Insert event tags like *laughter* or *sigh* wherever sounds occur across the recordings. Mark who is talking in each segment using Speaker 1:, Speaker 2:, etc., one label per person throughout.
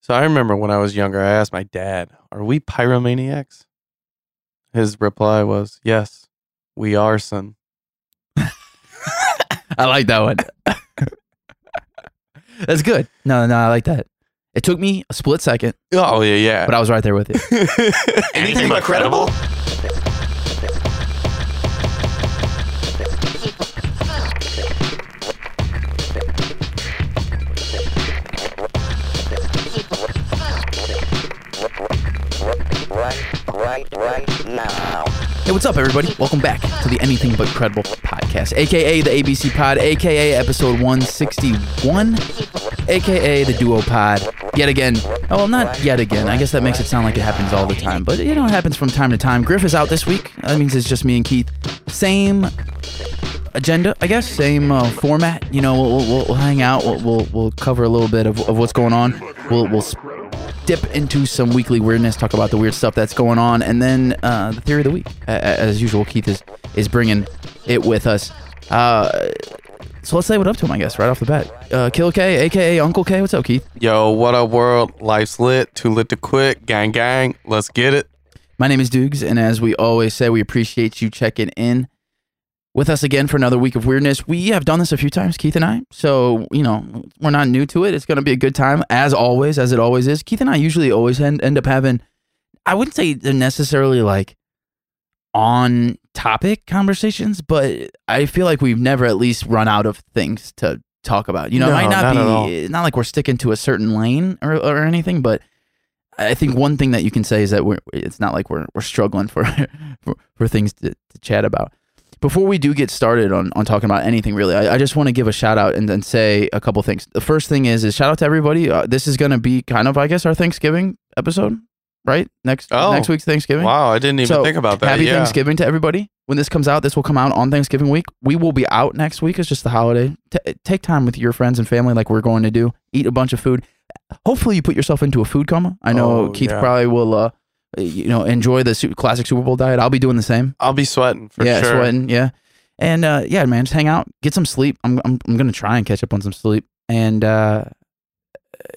Speaker 1: So I remember when I was younger, I asked my dad, Are we pyromaniacs? His reply was, Yes, we are, son.
Speaker 2: I like that one. *laughs* That's good. No, no, I like that. It took me a split second,
Speaker 1: Oh, yeah, yeah.
Speaker 2: but I was right there with you.
Speaker 1: *laughs* Anything but credible?
Speaker 2: Hey, what's up, everybody? Welcome back to the Anything But Credible podcast, aka the ABC Pod, aka episode 161, aka the Duo Pod. Yet again, oh, well, not yet again. I guess that makes it sound like it happens all the time, but you know, it happens from time to time. Griff is out this week. That means it's just me and Keith. Same agenda, I guess. Same uh, format. You know, we'll, we'll, we'll hang out. We'll, we'll we'll cover a little bit of, of what's going on. We'll we'll s- dip into some weekly weirdness, talk about the weird stuff that's going on, and then uh, the theory of the week. A- a- As usual, Keith is is bringing it with us. Uh, so let's say what up to him, I guess, right off the bat. Uh, Kill K, aka Uncle K. What's up, Keith?
Speaker 1: Yo, what up, world? Life's lit. Too lit to quit. Gang, gang. Let's get it.
Speaker 2: My name is Dukes, and as we always say, we appreciate you checking in with us again for another week of weirdness. We have done this a few times, Keith and I, so you know we're not new to it. It's going to be a good time, as always, as it always is. Keith and I usually always end, end up having, I wouldn't say they're necessarily like on topic conversations, but I feel like we've never at least run out of things to talk about. You know,
Speaker 1: No,
Speaker 2: it might
Speaker 1: not at
Speaker 2: not,
Speaker 1: all.
Speaker 2: be not like we're sticking to a certain lane or, or anything, but I think one thing that you can say is that we're, it's not like we're, we're struggling for, *laughs* for for things to, to chat about. Before we do get started on, on talking about anything really, I, I just want to give a shout out and, and say a couple things. The first thing is is shout out to everybody. Uh, this is going to be kind of I guess our Thanksgiving episode, right? Next
Speaker 1: Oh.
Speaker 2: next week's Thanksgiving.
Speaker 1: Wow, I didn't even
Speaker 2: So,
Speaker 1: think about that.
Speaker 2: Happy
Speaker 1: yeah.
Speaker 2: Thanksgiving to everybody. When this comes out, this will come out on Thanksgiving week. We will be out next week. It's just the holiday. T- take time with your friends and family, like we're going to do. Eat a bunch of food. Hopefully, you put yourself into a food coma. I know
Speaker 1: Oh,
Speaker 2: Keith
Speaker 1: yeah.
Speaker 2: probably will, uh, you know, enjoy the su- classic Super Bowl diet. I'll be doing the same.
Speaker 1: I'll be sweating for
Speaker 2: yeah,
Speaker 1: sure.
Speaker 2: sweating. Yeah, and uh, yeah, man, just hang out, get some sleep. I'm, I'm, I'm gonna try and catch up on some sleep and uh,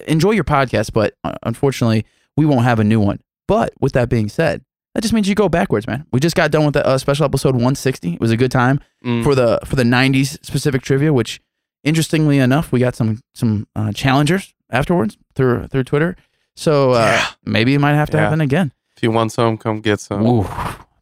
Speaker 2: enjoy your podcast. But uh, unfortunately, we won't have a new one. But with that being said, that just means you go backwards, man. We just got done with a uh, special episode 160. It was a good time
Speaker 1: Mm.
Speaker 2: for the for the 90s specific trivia, which interestingly enough, we got some some uh, challengers afterwards through through Twitter. So uh,
Speaker 1: Yeah.
Speaker 2: maybe it might have to
Speaker 1: Yeah.
Speaker 2: happen again.
Speaker 1: If you want some, come get some.
Speaker 2: Ooh,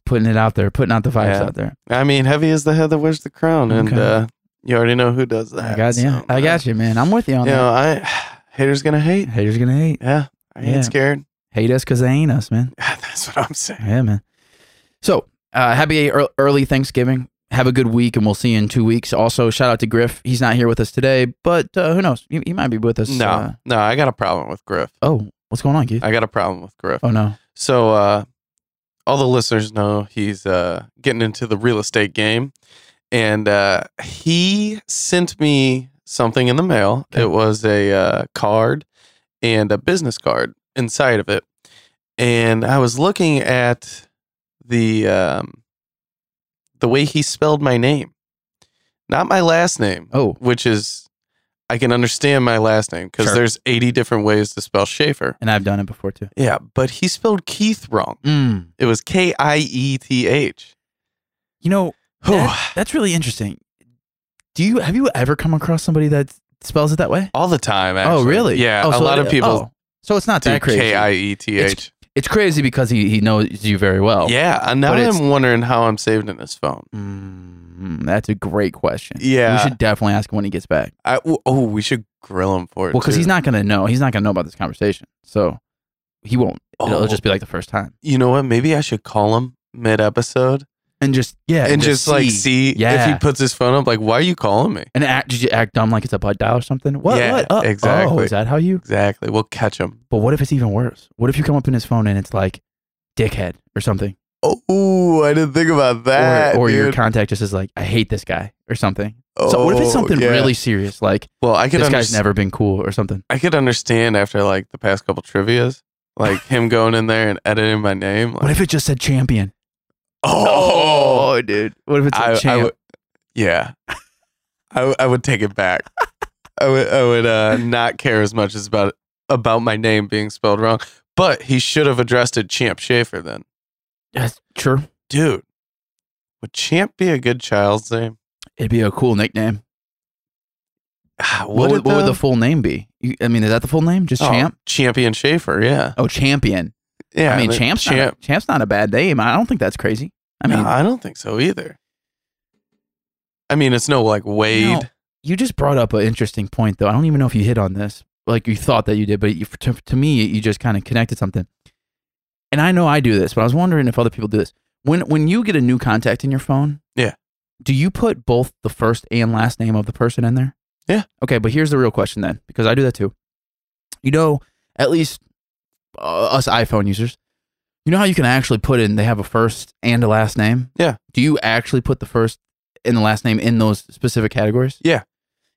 Speaker 2: putting it out there, putting out the vibes
Speaker 1: Yeah.
Speaker 2: out there.
Speaker 1: I mean, heavy is the head that wears the crown, and
Speaker 2: Okay.
Speaker 1: uh, you already know who does that.
Speaker 2: I got you.
Speaker 1: so,
Speaker 2: I got you, man. I'm with you
Speaker 1: You
Speaker 2: on
Speaker 1: know, I *sighs* haters gonna hate.
Speaker 2: that. Haters gonna hate.
Speaker 1: Yeah, I ain't
Speaker 2: Yeah.
Speaker 1: scared.
Speaker 2: Hate us because they ain't us, man.
Speaker 1: *laughs* That's what I'm saying.
Speaker 2: Yeah, man. So uh, happy ear- early Thanksgiving. Have a good week, and we'll see you in two weeks. Also, shout out to Griff. He's not here with us today, but uh, who knows? He, he might be with us.
Speaker 1: No,
Speaker 2: uh,
Speaker 1: no, I got a problem with Griff.
Speaker 2: oh, what's going on, Keith?
Speaker 1: I got a problem with Griff.
Speaker 2: oh no.
Speaker 1: So, uh, all the listeners know he's uh, getting into the real estate game, and uh, he sent me something in the mail.
Speaker 2: Okay.
Speaker 1: It was a uh, card and a business card inside of it, and I was looking at the um, the way he spelled my name, not my last name,
Speaker 2: Oh,
Speaker 1: which is I can understand my last name because
Speaker 2: Sure.
Speaker 1: there's 80 different ways to spell Schaefer.
Speaker 2: and I've done it before too.
Speaker 1: Yeah, but he spelled Keith wrong.
Speaker 2: Mm.
Speaker 1: It was K I E T H.
Speaker 2: You know,
Speaker 1: Whew.
Speaker 2: that- that's really interesting. Do you have you ever come across somebody that spells it that way?
Speaker 1: All the time, actually.
Speaker 2: Oh, really?
Speaker 1: Yeah,
Speaker 2: Oh,
Speaker 1: a
Speaker 2: so
Speaker 1: lot
Speaker 2: it-
Speaker 1: of people
Speaker 2: oh. So it's not
Speaker 1: do
Speaker 2: that crazy.
Speaker 1: K I E T H.
Speaker 2: It's crazy because he, he knows you very well.
Speaker 1: Yeah, and now
Speaker 2: But it's-
Speaker 1: I'm wondering how I'm saved in his phone.
Speaker 2: Mm, that's a great question.
Speaker 1: Yeah.
Speaker 2: We should definitely ask him when he gets back.
Speaker 1: I, oh, we should grill him for it.
Speaker 2: Well, because
Speaker 1: too.
Speaker 2: he's not going to know. He's not going to know about this conversation. So he won't.
Speaker 1: Oh.
Speaker 2: It'll just be like the first time.
Speaker 1: You know what? Maybe I should call him mid episode
Speaker 2: And just, yeah.
Speaker 1: and, just, like see if
Speaker 2: Yeah.
Speaker 1: he puts his phone up. Like, why are you calling me?
Speaker 2: And act, did you act dumb like it's a butt dial or something? What?
Speaker 1: Yeah,
Speaker 2: what? Oh,
Speaker 1: exactly.
Speaker 2: Oh, is that how you?
Speaker 1: Exactly. We'll catch him.
Speaker 2: But what if it's even worse? What if you come up in his phone and it's like dickhead or something?
Speaker 1: Oh, I didn't think about that.
Speaker 2: or or your
Speaker 1: dude.
Speaker 2: contact just is like, I hate this guy or something. so what if it's
Speaker 1: Oh,
Speaker 2: something
Speaker 1: yeah.
Speaker 2: really serious like
Speaker 1: Well, I could
Speaker 2: this
Speaker 1: understand.
Speaker 2: guy's never been cool or something?
Speaker 1: I could understand after like the past couple trivia's, like him going in there and editing my name. Like,
Speaker 2: What if it just said champion?
Speaker 1: oh,
Speaker 2: dude. What if it's
Speaker 1: I,
Speaker 2: like
Speaker 1: I
Speaker 2: champ?
Speaker 1: would, yeah, I, w- I would take it back. I would, I would uh, not care as much as about about my name being spelled wrong, but he should have addressed it Champ Schaefer then.
Speaker 2: Yes, sure.
Speaker 1: Dude, would Champ be a good child's name?
Speaker 2: It'd be a cool nickname.
Speaker 1: Ah,
Speaker 2: What,
Speaker 1: did
Speaker 2: would, what would the full name be? You, I mean, is that the full name? Just
Speaker 1: Oh,
Speaker 2: Champ?
Speaker 1: Champion Schaefer, yeah.
Speaker 2: Oh, Champion.
Speaker 1: Yeah.
Speaker 2: I mean,
Speaker 1: the-
Speaker 2: Champ's
Speaker 1: Champ.
Speaker 2: Not a, Champ's not a bad name. I don't think that's crazy. I
Speaker 1: No,
Speaker 2: mean,
Speaker 1: I don't think so either. I mean, it's no like Wade.
Speaker 2: No. you just brought up an interesting point, though. I don't even know if you hit on this, like you thought that you did, but you, to, to me, you just kind of connected something. And I know I do this, but I was wondering if other people do this. When when you get a new contact in your phone,
Speaker 1: Yeah.
Speaker 2: do you put both the first and last name of the person in there?
Speaker 1: Yeah.
Speaker 2: Okay, but here's the real question then, because I do that too. You know, at least uh, us iPhone users, you know how you can actually put in they have a first and a last name.
Speaker 1: Yeah.
Speaker 2: Do you actually put the first and the last name in those specific categories?
Speaker 1: Yeah.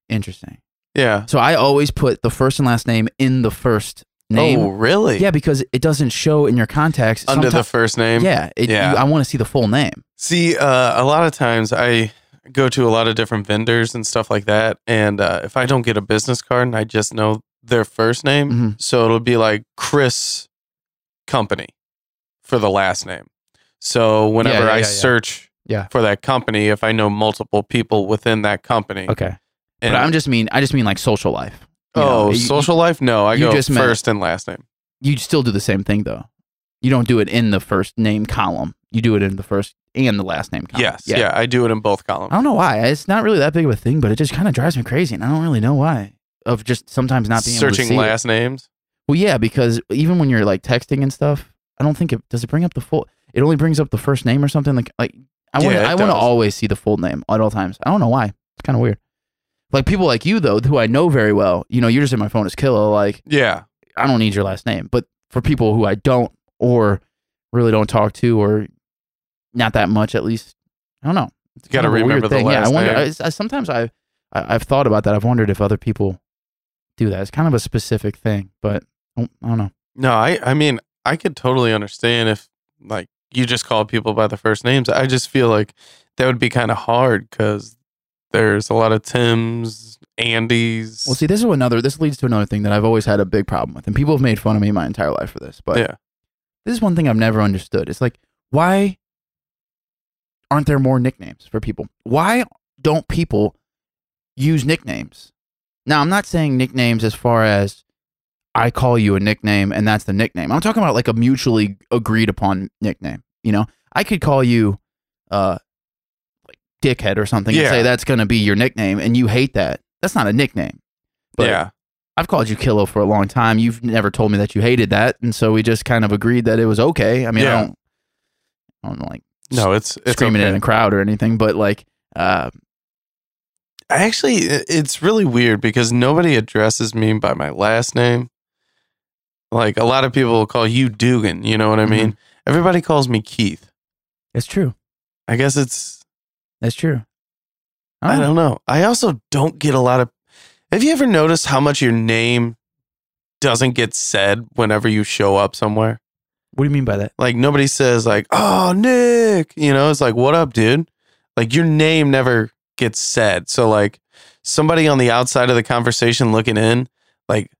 Speaker 2: Interesting.
Speaker 1: Yeah.
Speaker 2: So I always put the first and last name in the first name.
Speaker 1: Oh, really?
Speaker 2: Yeah, because it doesn't show in your contacts.
Speaker 1: Under the
Speaker 2: Sometime-
Speaker 1: first name.
Speaker 2: yeah, it,
Speaker 1: Yeah.
Speaker 2: You, I want to see the full name.
Speaker 1: See, uh, a lot of times I go to a lot of different vendors and stuff like that, and uh, if I don't get a business card and I just know their first name,
Speaker 2: Mhm.
Speaker 1: so it'll be like Chris Company for the last name. So whenever
Speaker 2: yeah,
Speaker 1: I
Speaker 2: yeah, yeah.
Speaker 1: search
Speaker 2: Yeah.
Speaker 1: for that company, if I know multiple people within that company,
Speaker 2: Okay,
Speaker 1: and
Speaker 2: but I'm just mean I just mean like social life. You know,
Speaker 1: oh
Speaker 2: you-
Speaker 1: social life, no, I
Speaker 2: you
Speaker 1: go
Speaker 2: just meant-
Speaker 1: first and last name.
Speaker 2: You still do the same thing though. You don't do it in the first name column. You do it in the first and the last name column.
Speaker 1: Yes, yeah. I do it in both columns.
Speaker 2: I don't know why. It's not really that big of a thing, but it just kind of drives me crazy, and I don't really know why. Of just sometimes not being able to
Speaker 1: searching
Speaker 2: see it.
Speaker 1: last names.
Speaker 2: Well, yeah, because even when you're like texting and stuff, I don't think it does it bring up the full. It only brings up the first name or something. Like like I want
Speaker 1: Yeah, it
Speaker 2: to I want to
Speaker 1: does.
Speaker 2: always see the full name at all times. I don't know why. It's kind of weird. Like people like you though, who I know very well. You know, you're just in my phone as Killa. Like
Speaker 1: Yeah,
Speaker 2: I don't need your last name, but for people who I don't or really don't talk to or not that much at least, I don't know. It's
Speaker 1: Gotta
Speaker 2: kind of a weird
Speaker 1: remember the
Speaker 2: thing. yeah,
Speaker 1: last
Speaker 2: I wonder.
Speaker 1: name.
Speaker 2: I, I, sometimes I, I I've thought about that. I've wondered if other people do that. It's kind of a specific thing, but I don't- I don't know.
Speaker 1: No, I I mean I could totally understand if like you just call people by the first names. I just feel like that would be kind of hard because there's a lot of Tims, Andys.
Speaker 2: Well, see, this is another. This leads to another thing that I've always had a big problem with, and people have made fun of me my entire life for this. But
Speaker 1: Yeah.
Speaker 2: this is one thing I've never understood. It's like, why aren't there more nicknames for people? Why don't people use nicknames? Now, I'm not saying nicknames as far as I call you a nickname and that's the nickname. I'm talking about like a mutually agreed upon nickname. You know, I could call you, uh, like dickhead or something and
Speaker 1: Yeah.
Speaker 2: say that's gonna be your nickname, and you hate that. That's not a nickname. But
Speaker 1: yeah,
Speaker 2: I've called you Kilo for a long time. You've never told me that you hated that, and so we just kind of agreed that it was okay. I mean,
Speaker 1: Yeah.
Speaker 2: I don't, I don't like
Speaker 1: no, it's it's
Speaker 2: screaming
Speaker 1: okay.
Speaker 2: in a crowd or anything, but like, uh,
Speaker 1: Actually, i- it's really weird because nobody addresses me by my last name. Like a lot of people will call you Dugan. You know what I
Speaker 2: Mhm.
Speaker 1: mean? Everybody calls me Keith.
Speaker 2: it's true.
Speaker 1: I guess it's
Speaker 2: That's true.
Speaker 1: I
Speaker 2: Oh.
Speaker 1: don't know. I also don't get a lot of. Have you ever noticed how much your name doesn't get said whenever you show up somewhere?
Speaker 2: What do you mean by that?
Speaker 1: Like nobody says like, "Oh, Nick," you know. It's like, "What up, dude?" Like your name never gets said. So like somebody on the outside of the conversation looking in, like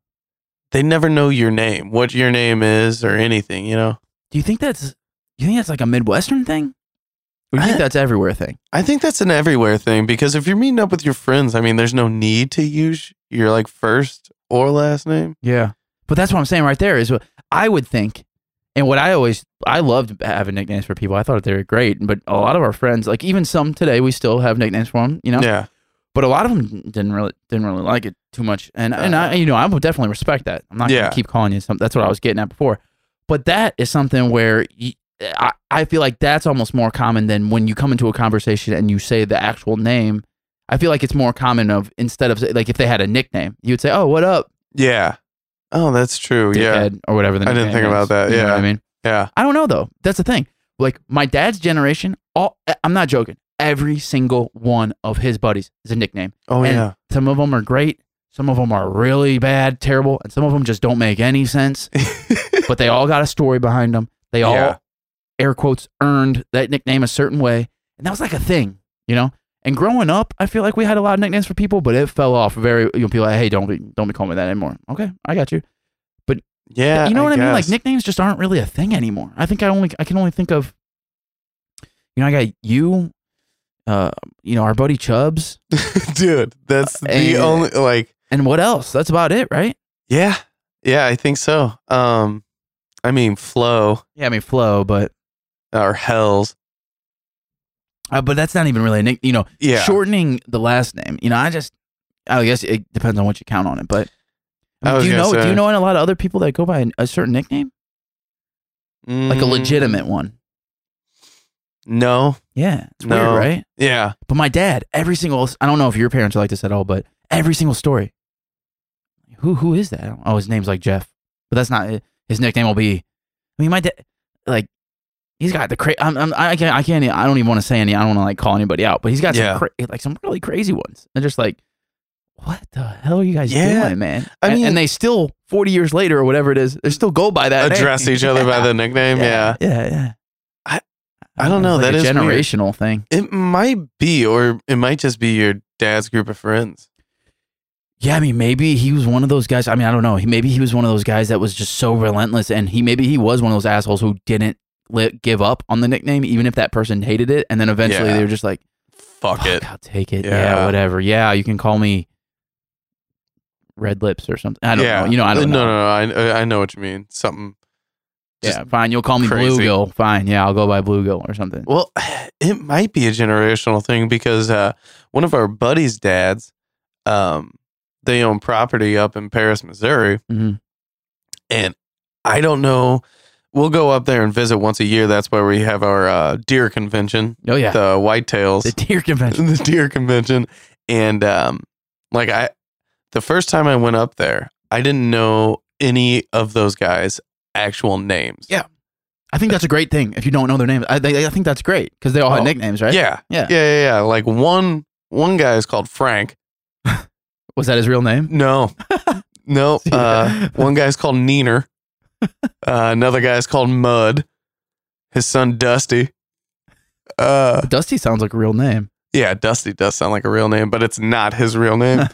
Speaker 1: they never know your name, what your name is, or anything. You know.
Speaker 2: Do you think that's you think that's like a Midwestern thing? Or do you
Speaker 1: I-
Speaker 2: think that's everywhere thing?
Speaker 1: I think that's an everywhere thing because if you're meeting up with your friends, I mean, there's no need to use your like first or last name.
Speaker 2: Yeah. But that's what I'm saying right there is what I would think. And what I always, I loved having nicknames for people. I thought they were great. But a lot of our friends, like even some today, we still have nicknames for them, you know?
Speaker 1: Yeah.
Speaker 2: But a lot of them didn't really, didn't really like it too much. And, and I, you know, I would definitely respect that. I'm not
Speaker 1: Uh. Yeah.
Speaker 2: going to keep calling you something. That's what I was getting at before. But that is something where you, I, I feel like that's almost more common than when you come into a conversation and you say the actual name. I feel like it's more common of instead of like if they had a nickname, you would say, "Oh, what up?"
Speaker 1: Yeah. Oh, that's true. Yeah.
Speaker 2: dickhead or whatever. The
Speaker 1: I didn't
Speaker 2: nickname
Speaker 1: think about
Speaker 2: is.
Speaker 1: that,
Speaker 2: You know what I
Speaker 1: yeah.
Speaker 2: mean,
Speaker 1: Yeah.
Speaker 2: I don't know though. That's the thing. Like my dad's generation, all eh, I'm not joking. Every single one of his buddies is a nickname.
Speaker 1: Oh,
Speaker 2: And
Speaker 1: yeah. *laughs*
Speaker 2: Some of them are great. Some of them are really bad, terrible, and some of them just don't make any sense. but they all got a story behind them. They all,
Speaker 1: Yeah.
Speaker 2: air quotes, earned that nickname a certain way, and that was like a thing, you know. And growing up, I feel like we had a lot of nicknames for people, but it fell off very. You know, people like, hey, don't be, don't be calling me that anymore. Okay, I got you.
Speaker 1: Yeah.
Speaker 2: you know what I mean? Like
Speaker 1: guess.
Speaker 2: nicknames just aren't really a thing anymore. I think I only I can only think of you know, I got you, uh, you know, our buddy Chubbs,
Speaker 1: *laughs* dude, that's the
Speaker 2: Uh, and-
Speaker 1: only like
Speaker 2: and what else? That's about it, right?
Speaker 1: yeah. Yeah, I think so. Um I mean flow
Speaker 2: Yeah, I mean Flo, but
Speaker 1: or hells.
Speaker 2: uh, but that's not even really a nick you know,
Speaker 1: Yeah.
Speaker 2: shortening the last name. You know, I just I guess it depends on what you count on it, but
Speaker 1: I
Speaker 2: I mean,
Speaker 1: was
Speaker 2: do you
Speaker 1: gonna
Speaker 2: know do
Speaker 1: say-
Speaker 2: you know a lot of other people that go by a certain nickname? Like a
Speaker 1: Mm,
Speaker 2: legitimate one.
Speaker 1: No.
Speaker 2: Yeah. It's
Speaker 1: No.
Speaker 2: weird, right?
Speaker 1: Yeah.
Speaker 2: But my dad, every single I don't know if your parents are like this at all, but every single story. Who who is that? Oh, his name's like Jeff. But that's not it. his nickname will be I mean my dad like he's got the cra- I'm, I'm, I can't I can't I don't even want to say any I don't want to like call anybody out, but he's got
Speaker 1: Yeah.
Speaker 2: some cra- like some really crazy ones. And just like what the hell are you guys
Speaker 1: Yeah.
Speaker 2: doing, man?
Speaker 1: I
Speaker 2: And-
Speaker 1: mean-
Speaker 2: and they still 40 years later or whatever it is, they still go by that.
Speaker 1: Address
Speaker 2: name.
Speaker 1: each other by
Speaker 2: *laughs*
Speaker 1: the nickname. Yeah.
Speaker 2: Yeah, yeah. yeah.
Speaker 1: I- I don't know,
Speaker 2: It's like
Speaker 1: that
Speaker 2: a
Speaker 1: is weird.
Speaker 2: generational thing.
Speaker 1: It might be, or it might just be your dad's group of friends.
Speaker 2: Yeah, I mean, maybe he was one of those guys. I mean, I don't know. He, maybe he was one of those guys that was just so relentless, and he maybe he was one of those assholes who didn't li- give up on the nickname, even if that person hated it. And then eventually
Speaker 1: Yeah.
Speaker 2: they were just like,
Speaker 1: Fuck it.
Speaker 2: I'll take it. Yeah.
Speaker 1: Yeah.
Speaker 2: whatever. Yeah, you can call me Red Lips or something. I don't
Speaker 1: yeah.
Speaker 2: know. You know, I don't
Speaker 1: no,
Speaker 2: know.
Speaker 1: No, no, I I know what you mean. Something. just
Speaker 2: yeah, fine. You'll call me
Speaker 1: crazy.
Speaker 2: Bluegill. Fine. Yeah, I'll go by Bluegill or something.
Speaker 1: Well, *sighs* it might be a generational thing because uh, one of our buddies' dads, um, they own property up in Paris, Missouri,
Speaker 2: hmm
Speaker 1: and I don't know. We'll go up there and visit once a year. That's where we have our uh, deer convention,
Speaker 2: Oh yeah,
Speaker 1: the whitetails.
Speaker 2: the deer
Speaker 1: *laughs*
Speaker 2: convention.
Speaker 1: the deer convention and um like i the first time i went up there i didn't know any of those guys actual names
Speaker 2: Yeah. I think that's a great thing. If you don't know their names, I, they, I think that's great because they all
Speaker 1: Oh,
Speaker 2: had nicknames, right?
Speaker 1: yeah
Speaker 2: Yeah.
Speaker 1: yeah yeah yeah like one one guy is called frank
Speaker 2: Was that his real name?
Speaker 1: no
Speaker 2: *laughs*
Speaker 1: no uh one guy's called neener uh, another guy's called mud his son dusty uh
Speaker 2: Dusty sounds like a real name.
Speaker 1: yeah dusty does sound like a real name but it's not his real
Speaker 2: *laughs*
Speaker 1: name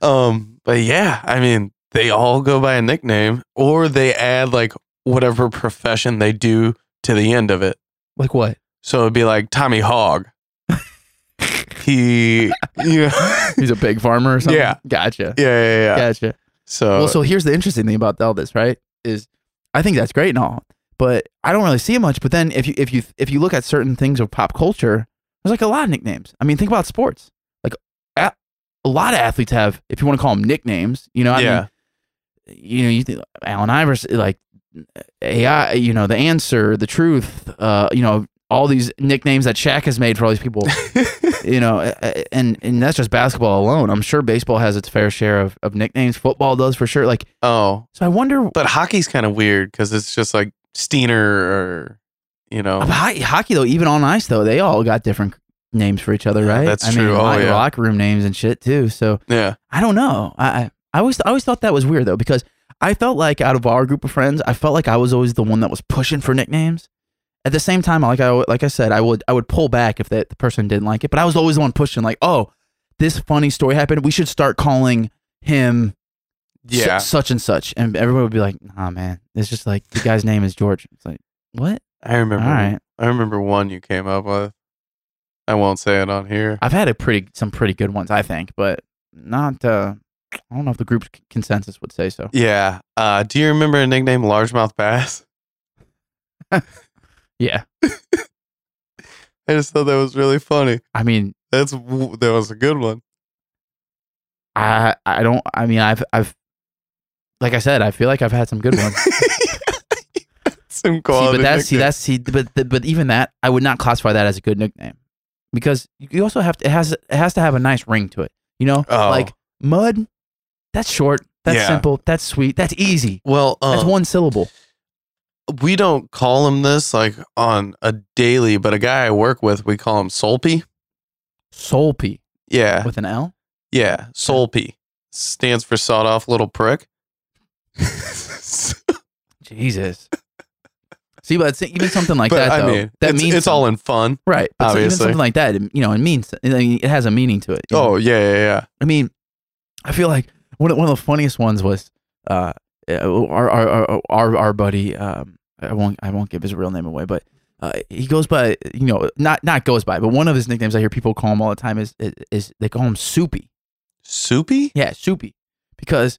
Speaker 1: um but yeah i mean they all go by a nickname or they add like whatever profession they do to the end of it
Speaker 2: Like what?
Speaker 1: so it'd be like tommy
Speaker 2: *laughs*
Speaker 1: hogg he you know, *laughs*
Speaker 2: He's a pig farmer or something?
Speaker 1: Yeah.
Speaker 2: Gotcha.
Speaker 1: yeah yeah Uh, yeah
Speaker 2: Gotcha.
Speaker 1: so,
Speaker 2: Well, so here's the interesting thing about all this, right? Is I think that's great and all, but I don't really see it much. But then if you if you if you look at certain things of pop culture, there's like a lot of nicknames. I mean, think about sports. Like a, a lot of athletes have, if you want to call them nicknames, you know, I
Speaker 1: yeah
Speaker 2: mean, you know, you think Allen Iverson, like AI, you know, the answer, the truth, uh, you know, all these nicknames that Shaq has made for all
Speaker 1: *laughs*
Speaker 2: these people. you know, a- a- and and that's just basketball alone. I'm sure baseball has its fair share of, of nicknames. Football does for sure. Like,
Speaker 1: oh
Speaker 2: so I wonder.
Speaker 1: but hockey's kind of weird because it's just like steiner or you know
Speaker 2: Ho- hockey though, even on ice though, they all got different names for each other,
Speaker 1: Yeah,
Speaker 2: right?
Speaker 1: that's
Speaker 2: I
Speaker 1: true.
Speaker 2: Mean,
Speaker 1: Oh,
Speaker 2: lock-
Speaker 1: yeah.
Speaker 2: Locker room names and shit too. So *laughs*
Speaker 1: yeah
Speaker 2: I don't know. I I, I always I always thought that was weird though because I felt like out of our group of friends, I felt like I was always the one that was pushing for nicknames. At the same time, like I like I said, I would I would pull back if that the person didn't like it, but I was always the one pushing. Like, oh, this funny story happened. We should start calling him su-
Speaker 1: yeah
Speaker 2: such and such. And everyone would be like, nah, man. It's just like, the guy's name is George. It's like, what?
Speaker 1: i remember
Speaker 2: All right.
Speaker 1: i remember one you came up with i won't say it on here
Speaker 2: I've had a pretty some pretty good ones, I think, but not, uh, I don't know if the group's c- consensus would say so.
Speaker 1: Yeah. Uh, do you remember a nickname, Largemouth Bass? *laughs*
Speaker 2: Yeah.
Speaker 1: I just thought that was really funny.
Speaker 2: I mean,
Speaker 1: That's w- that was a good one. *laughs*
Speaker 2: I, I don't, I mean, I've, I've, like I said, I feel like I've had some
Speaker 1: *laughs*
Speaker 2: good ones. see,
Speaker 1: Some quality.
Speaker 2: but that's, see,
Speaker 1: nickname.
Speaker 2: that's, see, but, th- but even that, I would not classify that as a good nickname because you also have to, it has, it has to have a nice ring to it, you know?
Speaker 1: Oh.
Speaker 2: Like, mud, that's short, that's
Speaker 1: Yeah.
Speaker 2: simple, that's sweet, that's easy.
Speaker 1: well,
Speaker 2: That's
Speaker 1: um,
Speaker 2: one syllable.
Speaker 1: we don't call him this like on a daily, but a guy I work with, we call him Solpy. *laughs*
Speaker 2: Solpy
Speaker 1: Yeah,
Speaker 2: with an L.
Speaker 1: yeah, Solpy stands for sawed off little prick. but
Speaker 2: Jesus. See, but it's- even something like that,
Speaker 1: I
Speaker 2: though,
Speaker 1: mean,
Speaker 2: that
Speaker 1: it's,
Speaker 2: means
Speaker 1: it's all in fun.
Speaker 2: something. right. But so even
Speaker 1: obviously.
Speaker 2: something like that, it- you know, it means I mean, it has a meaning to it. you know?
Speaker 1: Oh yeah, yeah, yeah.
Speaker 2: I mean, I feel like one of, one of the funniest ones was uh, uh, our our our our, our buddy. Um, I won't I won't give his real name away, but uh, he goes by you know not not goes by, but one of his nicknames I hear people call him all the time is is, is they call him Soupy. *laughs*
Speaker 1: Soupy?
Speaker 2: Yeah, soupy. Because,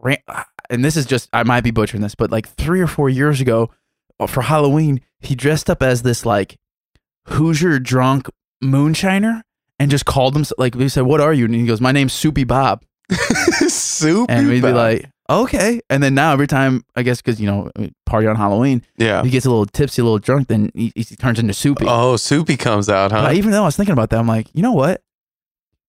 Speaker 2: ran- and this is just, I might be butchering this, but like three or four years ago uh, for Halloween, he dressed up as this like Hoosier drunk moonshiner and just called him, like, we said, What are you? And he goes, My name's Soupy Bob.
Speaker 1: Soupy.
Speaker 2: And we'd be
Speaker 1: Bob.
Speaker 2: like, Okay. And then now every time, I guess, because, you know, party on Halloween,
Speaker 1: yeah.
Speaker 2: he gets a little tipsy, a little drunk, then he, he turns into Soupy.
Speaker 1: Oh, Soupy comes out, huh?
Speaker 2: But even though I was thinking about that, I'm like, you know what?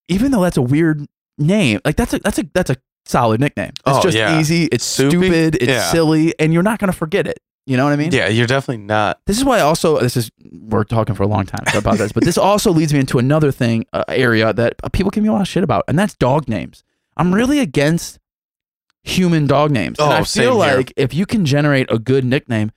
Speaker 2: Even though that's a weird name, like that's a that's a that's a solid nickname. It's
Speaker 1: Oh,
Speaker 2: just
Speaker 1: yeah.
Speaker 2: easy. It's
Speaker 1: Soupy?
Speaker 2: stupid. It's
Speaker 1: Yeah.
Speaker 2: silly, and you're not gonna forget it. You know what I mean?
Speaker 1: yeah, you're definitely not.
Speaker 2: This is why. Also, this is we're talking for a long time so about this, but this also leads me into another thing uh, area that uh, people give me a lot of shit about, and that's dog names. I'm really against human dog names. and
Speaker 1: Oh,
Speaker 2: I feel
Speaker 1: same here.
Speaker 2: like if you can generate a good nickname,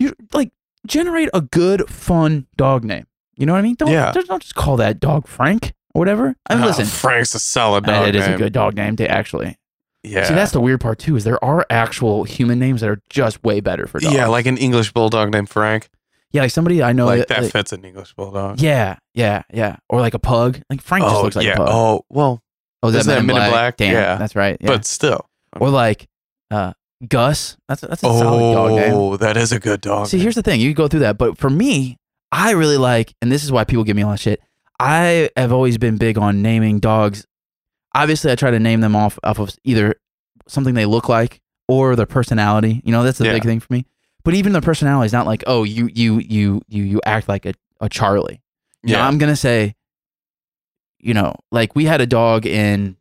Speaker 2: you like generate a good, fun dog name. You know what I mean? Don't,
Speaker 1: Yeah.
Speaker 2: don't just call that dog Frank or whatever. I mean,
Speaker 1: Oh,
Speaker 2: listen,
Speaker 1: Frank's a solid
Speaker 2: uh,
Speaker 1: dog.
Speaker 2: it is a
Speaker 1: name.
Speaker 2: good dog name to actually.
Speaker 1: Yeah.
Speaker 2: See, that's the weird part too is there are actual human names that are just way better for dogs.
Speaker 1: yeah, like an English bulldog named Frank.
Speaker 2: yeah, like somebody I know
Speaker 1: like
Speaker 2: that,
Speaker 1: that
Speaker 2: like-
Speaker 1: fits an English bulldog.
Speaker 2: Yeah, yeah, yeah. Or like a pug. Like Frank just
Speaker 1: oh,
Speaker 2: looks like
Speaker 1: yeah.
Speaker 2: a pug.
Speaker 1: Oh, well,
Speaker 2: oh,
Speaker 1: isn't that Men in Black?
Speaker 2: Damn,
Speaker 1: Yeah.
Speaker 2: that's right. Yeah.
Speaker 1: but um, still.
Speaker 2: or like uh, Gus. That's that's a solid dog name.
Speaker 1: Oh, that is a good dog.
Speaker 2: See,
Speaker 1: name.
Speaker 2: here's the thing. You go through that, but for me, I really like, and this is why people give me a lot of shit. I have always been big on naming dogs. Obviously, I try to name them off off of either something they look like or their personality. You know, that's the
Speaker 1: Yeah.
Speaker 2: big thing for me. But even their personality is not like, oh, you you you you you act like a, a Charlie. Yeah.
Speaker 1: yeah.
Speaker 2: I'm gonna say, you know, like we had a dog in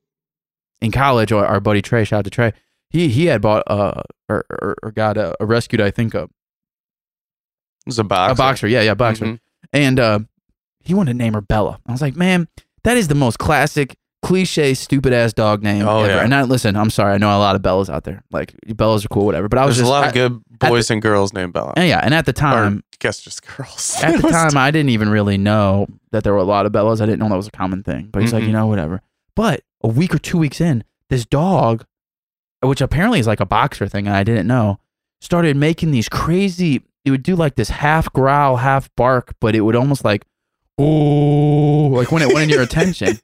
Speaker 2: in college. Our, our buddy Trey, shout out to Trey. He he had bought uh or or, or got a, a rescued, I think a
Speaker 1: It was a boxer.
Speaker 2: a boxer. Yeah, yeah, boxer.
Speaker 1: Mhm.
Speaker 2: And uh, he wanted to name her Bella. I was like, man, that is the most classic, cliche, stupid ass dog name
Speaker 1: Oh,
Speaker 2: ever.
Speaker 1: yeah.
Speaker 2: And I listen, I'm sorry, I know a lot of Bellas out there. Like Bellas are cool, whatever. But I was
Speaker 1: There's
Speaker 2: just
Speaker 1: a lot
Speaker 2: I-
Speaker 1: of good
Speaker 2: the-
Speaker 1: boys and girls named Bella.
Speaker 2: and yeah, and at the time,
Speaker 1: or, I guess *laughs* just girls.
Speaker 2: at the time I didn't even really know that there were a lot of Bellas. I didn't know that was a common thing. But he's like,
Speaker 1: Mhm.
Speaker 2: you know, whatever. But a week or two weeks in, this dog, which apparently is like a boxer thing, and I didn't know, started making these crazy. It would do like this half growl, half bark, but it would almost like, oh, like when it wanted your
Speaker 1: *laughs*
Speaker 2: attention.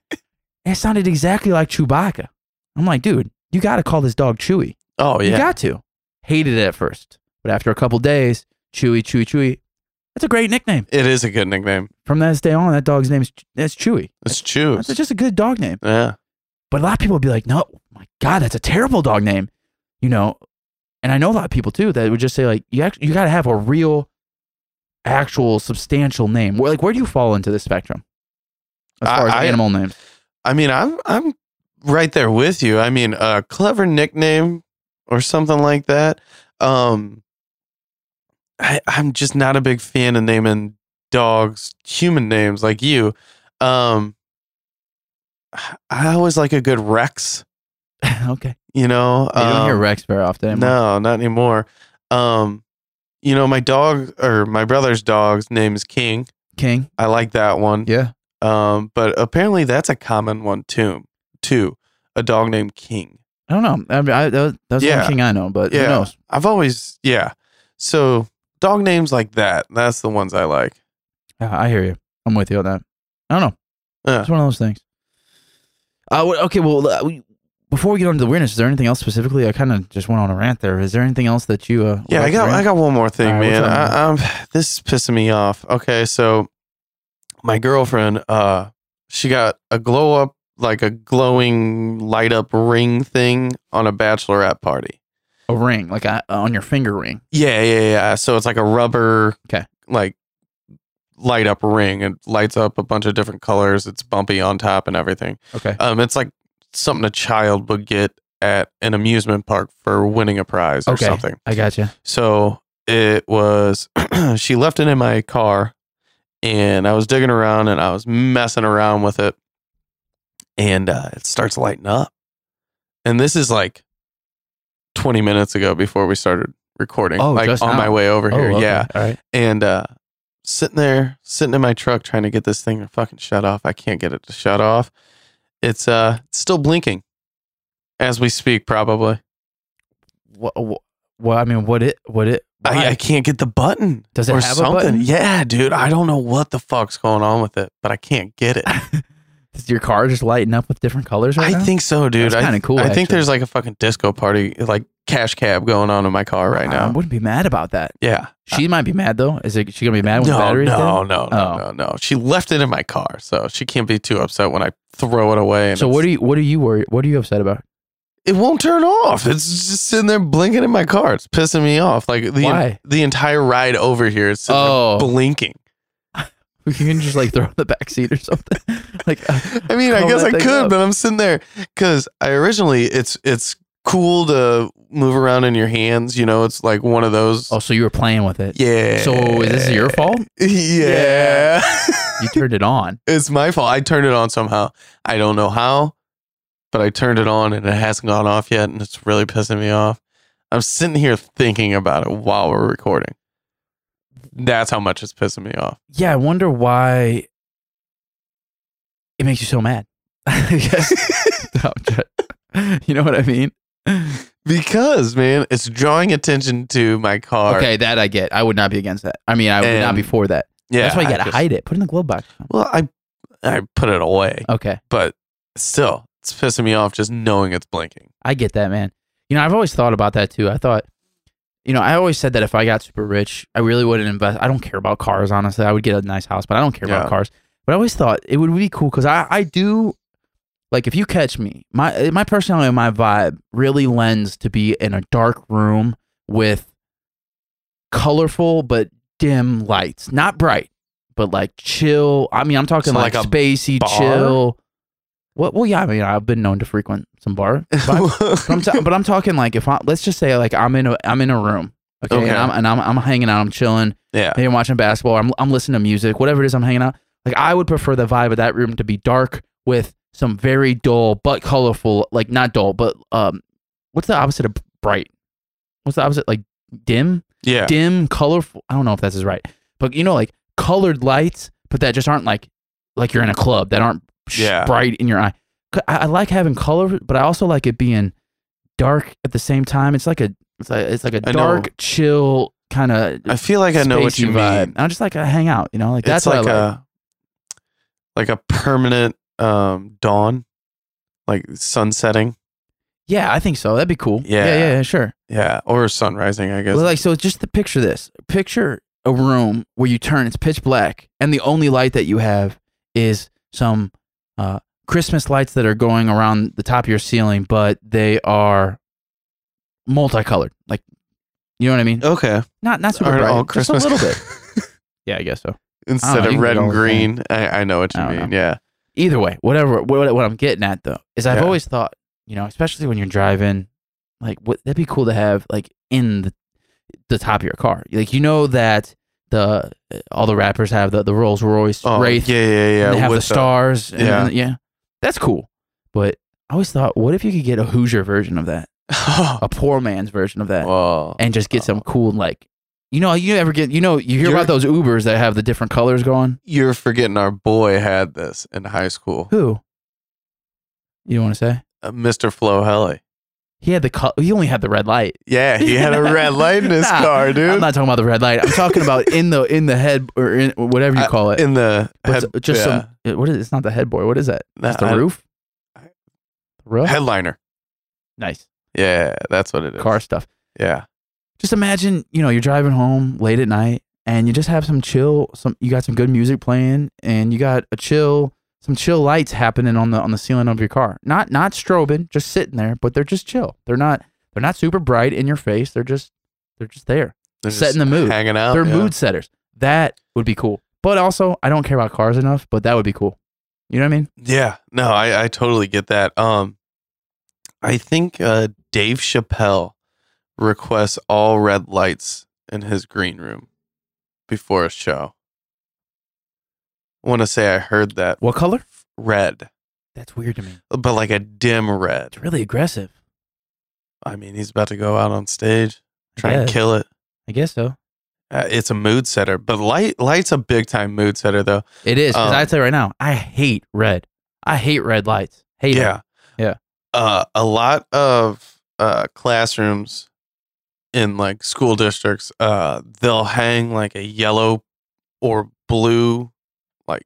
Speaker 2: And it sounded exactly like Chewbacca. I'm like, dude, you got to call this dog Chewy.
Speaker 1: oh,
Speaker 2: You
Speaker 1: yeah.
Speaker 2: got to. Hated it at first, but after a couple days, Chewy, Chewy, Chewy. That's a great nickname
Speaker 1: It is a good nickname.
Speaker 2: from that day on, that dog's name's that's Chewy.
Speaker 1: It's Chews.
Speaker 2: That's just a good dog name.
Speaker 1: yeah.
Speaker 2: But a lot of people would be like, "No, my God, that's a terrible dog name," you know. And I know a lot of people too that would just say like, "You actually, you got to have a real, actual, substantial name." Where like, where do you fall into this spectrum as
Speaker 1: I-
Speaker 2: far as
Speaker 1: I-
Speaker 2: animal names? *laughs*
Speaker 1: I mean, I'm I'm right there with you. I mean, a clever nickname or something like that. Um, I I'm just not a big fan of naming dogs human names like you. Um, I always like a good Rex.
Speaker 2: okay,
Speaker 1: You know,
Speaker 2: you don't hear
Speaker 1: um,
Speaker 2: Rex very often. anymore.
Speaker 1: No, not anymore. Um, you know, my dog or my brother's dog's name is King.
Speaker 2: King.
Speaker 1: I like that one.
Speaker 2: Yeah,
Speaker 1: Um, but apparently that's a common one too. Too, a dog named King.
Speaker 2: I don't know. I mean, I, that was, that was the only
Speaker 1: Yeah.
Speaker 2: King I know, but who
Speaker 1: Yeah.
Speaker 2: knows?
Speaker 1: I've always yeah. So dog names like that. That's the ones I like.
Speaker 2: Yeah, I hear you. I'm with you on that. I don't know.
Speaker 1: Yeah.
Speaker 2: It's one of those things. Uh, wh- okay, well, uh, we- before we get on to the weirdness, is there anything else specifically? I kind of just went on a rant there. Is there anything else that you? Uh,
Speaker 1: Yeah, I got I got one more thing,
Speaker 2: All right,
Speaker 1: man.
Speaker 2: what's up,
Speaker 1: I, um, this is pissing me off. Okay, so my girlfriend, uh, she got a glow up like a glowing light up ring thing on a bachelorette party.
Speaker 2: a ring, like a, on your finger ring.
Speaker 1: Yeah, yeah, yeah. So it's like a rubber,
Speaker 2: Okay.
Speaker 1: like light up ring. It lights up a bunch of different colors. It's bumpy on top and everything.
Speaker 2: Okay.
Speaker 1: Um, it's like something a child would get at an amusement park for winning a prize or
Speaker 2: Okay.
Speaker 1: something.
Speaker 2: I got you.
Speaker 1: So it was *clears throat* she left it in my car and I was digging around and I was messing around with it and uh, it starts lighting up. And this is like 20 minutes ago before we started recording.
Speaker 2: Oh,
Speaker 1: like
Speaker 2: just
Speaker 1: on
Speaker 2: now.
Speaker 1: my way over here.
Speaker 2: Oh, okay.
Speaker 1: Yeah.
Speaker 2: All right.
Speaker 1: And uh, sitting there, sitting in my truck trying to get this thing to fucking shut off. I can't get it to shut off. It's uh it's still blinking as we speak, probably.
Speaker 2: what, what I mean, what it, what it, why?
Speaker 1: I, I can't get the button.
Speaker 2: Does it
Speaker 1: or
Speaker 2: have a
Speaker 1: something.
Speaker 2: button? *laughs*
Speaker 1: Yeah, dude. I don't know what the fuck's going on with it, but I can't get it.
Speaker 2: Is your car just lighting up with different colors *laughs* right
Speaker 1: I
Speaker 2: now?
Speaker 1: think so, dude. I-
Speaker 2: That's kinda cool,
Speaker 1: I
Speaker 2: actually.
Speaker 1: think there's like a fucking disco party, like cash cab going on in my car right
Speaker 2: I
Speaker 1: now.
Speaker 2: wouldn't be mad about that.
Speaker 1: Yeah.
Speaker 2: She might be mad though. Is it, she gonna be mad when the
Speaker 1: No,
Speaker 2: battery's
Speaker 1: no,
Speaker 2: dead?
Speaker 1: no, no, no, no. She left it in my car, so she can't be too upset when I throw it away. And
Speaker 2: So
Speaker 1: it's-
Speaker 2: what are you? What are you worried? What are you upset about?
Speaker 1: it won't turn off. It's just sitting there blinking in my car. It's pissing me off. Like the
Speaker 2: Why?
Speaker 1: the entire ride over here, it's sitting there
Speaker 2: Oh.
Speaker 1: blinking.
Speaker 2: *laughs* You can just like throw it in the back seat or something. *laughs* like, uh,
Speaker 1: I mean, I
Speaker 2: Call
Speaker 1: guess
Speaker 2: that
Speaker 1: I
Speaker 2: thing
Speaker 1: could,
Speaker 2: up.
Speaker 1: but I'm sitting there because I originally it's it's cool to move around in your hands. You know, it's like one of those.
Speaker 2: oh, so you were playing with it.
Speaker 1: Yeah.
Speaker 2: So is this
Speaker 1: *laughs*
Speaker 2: your fault?
Speaker 1: Yeah. *laughs*
Speaker 2: You turned it on.
Speaker 1: it's my fault. I turned it on somehow. I don't know how, but I turned it on and it hasn't gone off yet, and it's really pissing me off. I'm sitting here thinking about it while we're recording. That's how much it's pissing me off.
Speaker 2: Yeah, I wonder why it makes you so mad. *laughs* I guess. *laughs* No, I'm try- *laughs* you know what I mean?
Speaker 1: Because, man, it's drawing attention to my car.
Speaker 2: Okay, that I get. I would not be against that. I mean, I would not
Speaker 1: And-
Speaker 2: be for that.
Speaker 1: Yeah.
Speaker 2: That's why you
Speaker 1: I
Speaker 2: gotta
Speaker 1: just-
Speaker 2: hide it. Put it in the glove box.
Speaker 1: Well, I I put it away,
Speaker 2: Okay,
Speaker 1: but still, it's pissing me off just knowing it's blinking.
Speaker 2: I get that, man. You know, I've always thought about that too. I thought, you know, I always said that if I got super rich, I really wouldn't invest. I don't care about cars, honestly. I would get a nice house, but I don't care
Speaker 1: Yeah.
Speaker 2: about cars. But I always thought it would be cool because I, I do, like, if you catch me, my my personality and my vibe really lends to be in a dark room with colorful but dim lights, not bright, but like chill. I mean, I'm talking
Speaker 1: So
Speaker 2: like,
Speaker 1: like a
Speaker 2: spacey,
Speaker 1: bar?
Speaker 2: chill. What? Well, yeah. I mean, I've been known to frequent
Speaker 1: *laughs*
Speaker 2: some bar, vibes. *laughs* But I'm, ta- but I'm talking like if I let's just say like I'm in a I'm in a room. Okay.
Speaker 1: Okay. Uh.
Speaker 2: And, I'm, and I'm I'm hanging out. I'm chilling. *laughs*
Speaker 1: yeah.
Speaker 2: Maybe I'm watching basketball. I'm I'm listening to music. Whatever it is, I'm hanging out. Like I would prefer the vibe of that room to be dark with some very dull but colorful. Like not dull, but um, what's the opposite of bright? What's the opposite like dim?
Speaker 1: Yeah.
Speaker 2: Dim, colorful. I don't know if this is right, but you know like colored lights, but that just aren't like like you're in a club that aren't sh-
Speaker 1: Yeah.
Speaker 2: bright in your eye. C- I, I like having color, but I also like it being dark at the same time. It's like a it's like it's like a
Speaker 1: I know.
Speaker 2: dark, chill kind of.
Speaker 1: I feel like I know what you mean.
Speaker 2: I just like to hang out, you know, like that's
Speaker 1: it's like,
Speaker 2: what I like.
Speaker 1: a like a permanent um dawn, like sun setting.
Speaker 2: yeah, I think so. That'd be cool. yeah,
Speaker 1: Yeah.
Speaker 2: yeah, yeah sure.
Speaker 1: Yeah, or sun rising, I guess.
Speaker 2: Well, like so, just to picture this: picture a room where you turn, it's pitch black, and the only light that you have is some uh, Christmas lights that are going around the top of your ceiling, but they are multicolored. Like, you know what I mean?
Speaker 1: okay,
Speaker 2: Not not super
Speaker 1: aren't
Speaker 2: bright,
Speaker 1: all
Speaker 2: just
Speaker 1: Christmas
Speaker 2: a
Speaker 1: *laughs*
Speaker 2: little bit. *laughs* Yeah, I guess so. I don't
Speaker 1: instead
Speaker 2: know, you
Speaker 1: of
Speaker 2: can
Speaker 1: red
Speaker 2: go
Speaker 1: and
Speaker 2: with that.
Speaker 1: green? I, I know what you
Speaker 2: I don't
Speaker 1: mean. Yeah,
Speaker 2: Either way, whatever. What, what I'm getting at though is, I've
Speaker 1: Yeah.
Speaker 2: always thought, you know, especially when you're driving, like, what that'd be cool to have, like, in the the top of your car. Like, you know that the uh, all the rappers have the the Rolls Royce
Speaker 1: oh,
Speaker 2: Wraith.
Speaker 1: yeah, yeah, yeah.
Speaker 2: and they have the
Speaker 1: with *laughs*
Speaker 2: stars. and-
Speaker 1: yeah.
Speaker 2: yeah, that's cool. But I always thought, what if you could get a Hoosier version of that, a poor man's version of that,
Speaker 1: Oh, Whoa.
Speaker 2: and just get some cool like. You know, you ever get, you know, you hear
Speaker 1: uh, You're-
Speaker 2: about those Ubers that have the different colors going.
Speaker 1: You're forgetting our boy had this in high school,
Speaker 2: Who? You don't want to say?
Speaker 1: uh, Mr. Flo Helly.
Speaker 2: He had the col He only had the red light.
Speaker 1: Yeah, *laughs* he had a
Speaker 2: *laughs*
Speaker 1: red light in his
Speaker 2: Nah,
Speaker 1: car, dude.
Speaker 2: I'm not talking about the red light. I'm talking about in the in the head or in whatever you
Speaker 1: I-
Speaker 2: call it.
Speaker 1: in the
Speaker 2: But it's just
Speaker 1: yeah.
Speaker 2: some. What is? It's not the headboard. What is that?
Speaker 1: Nah,
Speaker 2: It's the
Speaker 1: I-
Speaker 2: roof.
Speaker 1: I-
Speaker 2: The roof.
Speaker 1: headliner.
Speaker 2: nice
Speaker 1: Yeah, that's what it is.
Speaker 2: car stuff.
Speaker 1: Yeah,
Speaker 2: Just imagine, you know, you're driving home late at night and you just have some chill. Some you got some good music playing and you got a chill, some chill lights happening on the on the ceiling of your car. Not not strobing, just sitting there, but they're just chill. They're not they're not super bright in your face. They're just they're just there.
Speaker 1: They're
Speaker 2: Setting
Speaker 1: just
Speaker 2: the mood.
Speaker 1: hanging out.
Speaker 2: They're
Speaker 1: yeah.
Speaker 2: mood setters. That would be cool. But also, I don't care about cars enough, but that would be cool. You know what I mean?
Speaker 1: Yeah, no, I, I totally get that. Um, I think uh, Dave Chappelle requests all red lights in his green room before a show. I want to say I heard that
Speaker 2: What color?
Speaker 1: red,
Speaker 2: That's weird to me.
Speaker 1: but like a dim red.
Speaker 2: It's really aggressive.
Speaker 1: I mean, he's about to go out on stage,
Speaker 2: I
Speaker 1: try and
Speaker 2: guess.
Speaker 1: kill it.
Speaker 2: I guess so.
Speaker 1: Uh, it's a mood setter, but light light's a big time mood setter though.
Speaker 2: It is. Because
Speaker 1: Um,
Speaker 2: I tell you right now, I hate red. I hate red lights. Hate
Speaker 1: Yeah.
Speaker 2: Yeah.
Speaker 1: Uh, a lot of uh, classrooms in like school districts, uh, they'll hang like a yellow or blue like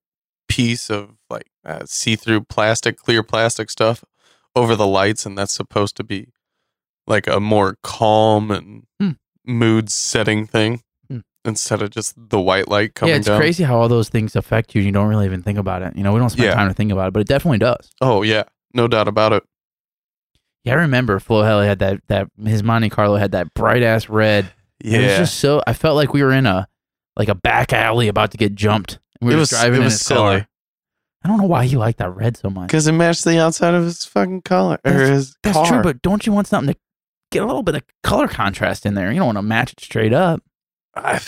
Speaker 1: piece of like uh, see-through plastic, clear plastic stuff over the lights, and that's supposed to be like a more calm and
Speaker 2: Hmm.
Speaker 1: mood-setting thing
Speaker 2: Hmm.
Speaker 1: instead of just the white light coming
Speaker 2: yeah, it's
Speaker 1: down.
Speaker 2: crazy how all those things affect you. and You don't really even think about it. You know, we don't spend
Speaker 1: Yeah.
Speaker 2: time to think about it, but it definitely does.
Speaker 1: Oh yeah, no doubt about it.
Speaker 2: Yeah, I remember Flo Hella had that that his Monte Carlo had that bright ass red.
Speaker 1: Yeah,
Speaker 2: It was just so I felt like we were in a like a back alley about to get jumped. And we
Speaker 1: It
Speaker 2: were
Speaker 1: was-
Speaker 2: driving
Speaker 1: it
Speaker 2: in
Speaker 1: was
Speaker 2: his
Speaker 1: silly.
Speaker 2: car. I don't know why he liked that red so much.
Speaker 1: Because it matched the outside of his fucking collar or
Speaker 2: That's-
Speaker 1: his
Speaker 2: That's
Speaker 1: car.
Speaker 2: true, but don't you want something to get a little bit of color contrast in there? You don't want to match it straight up.
Speaker 1: I,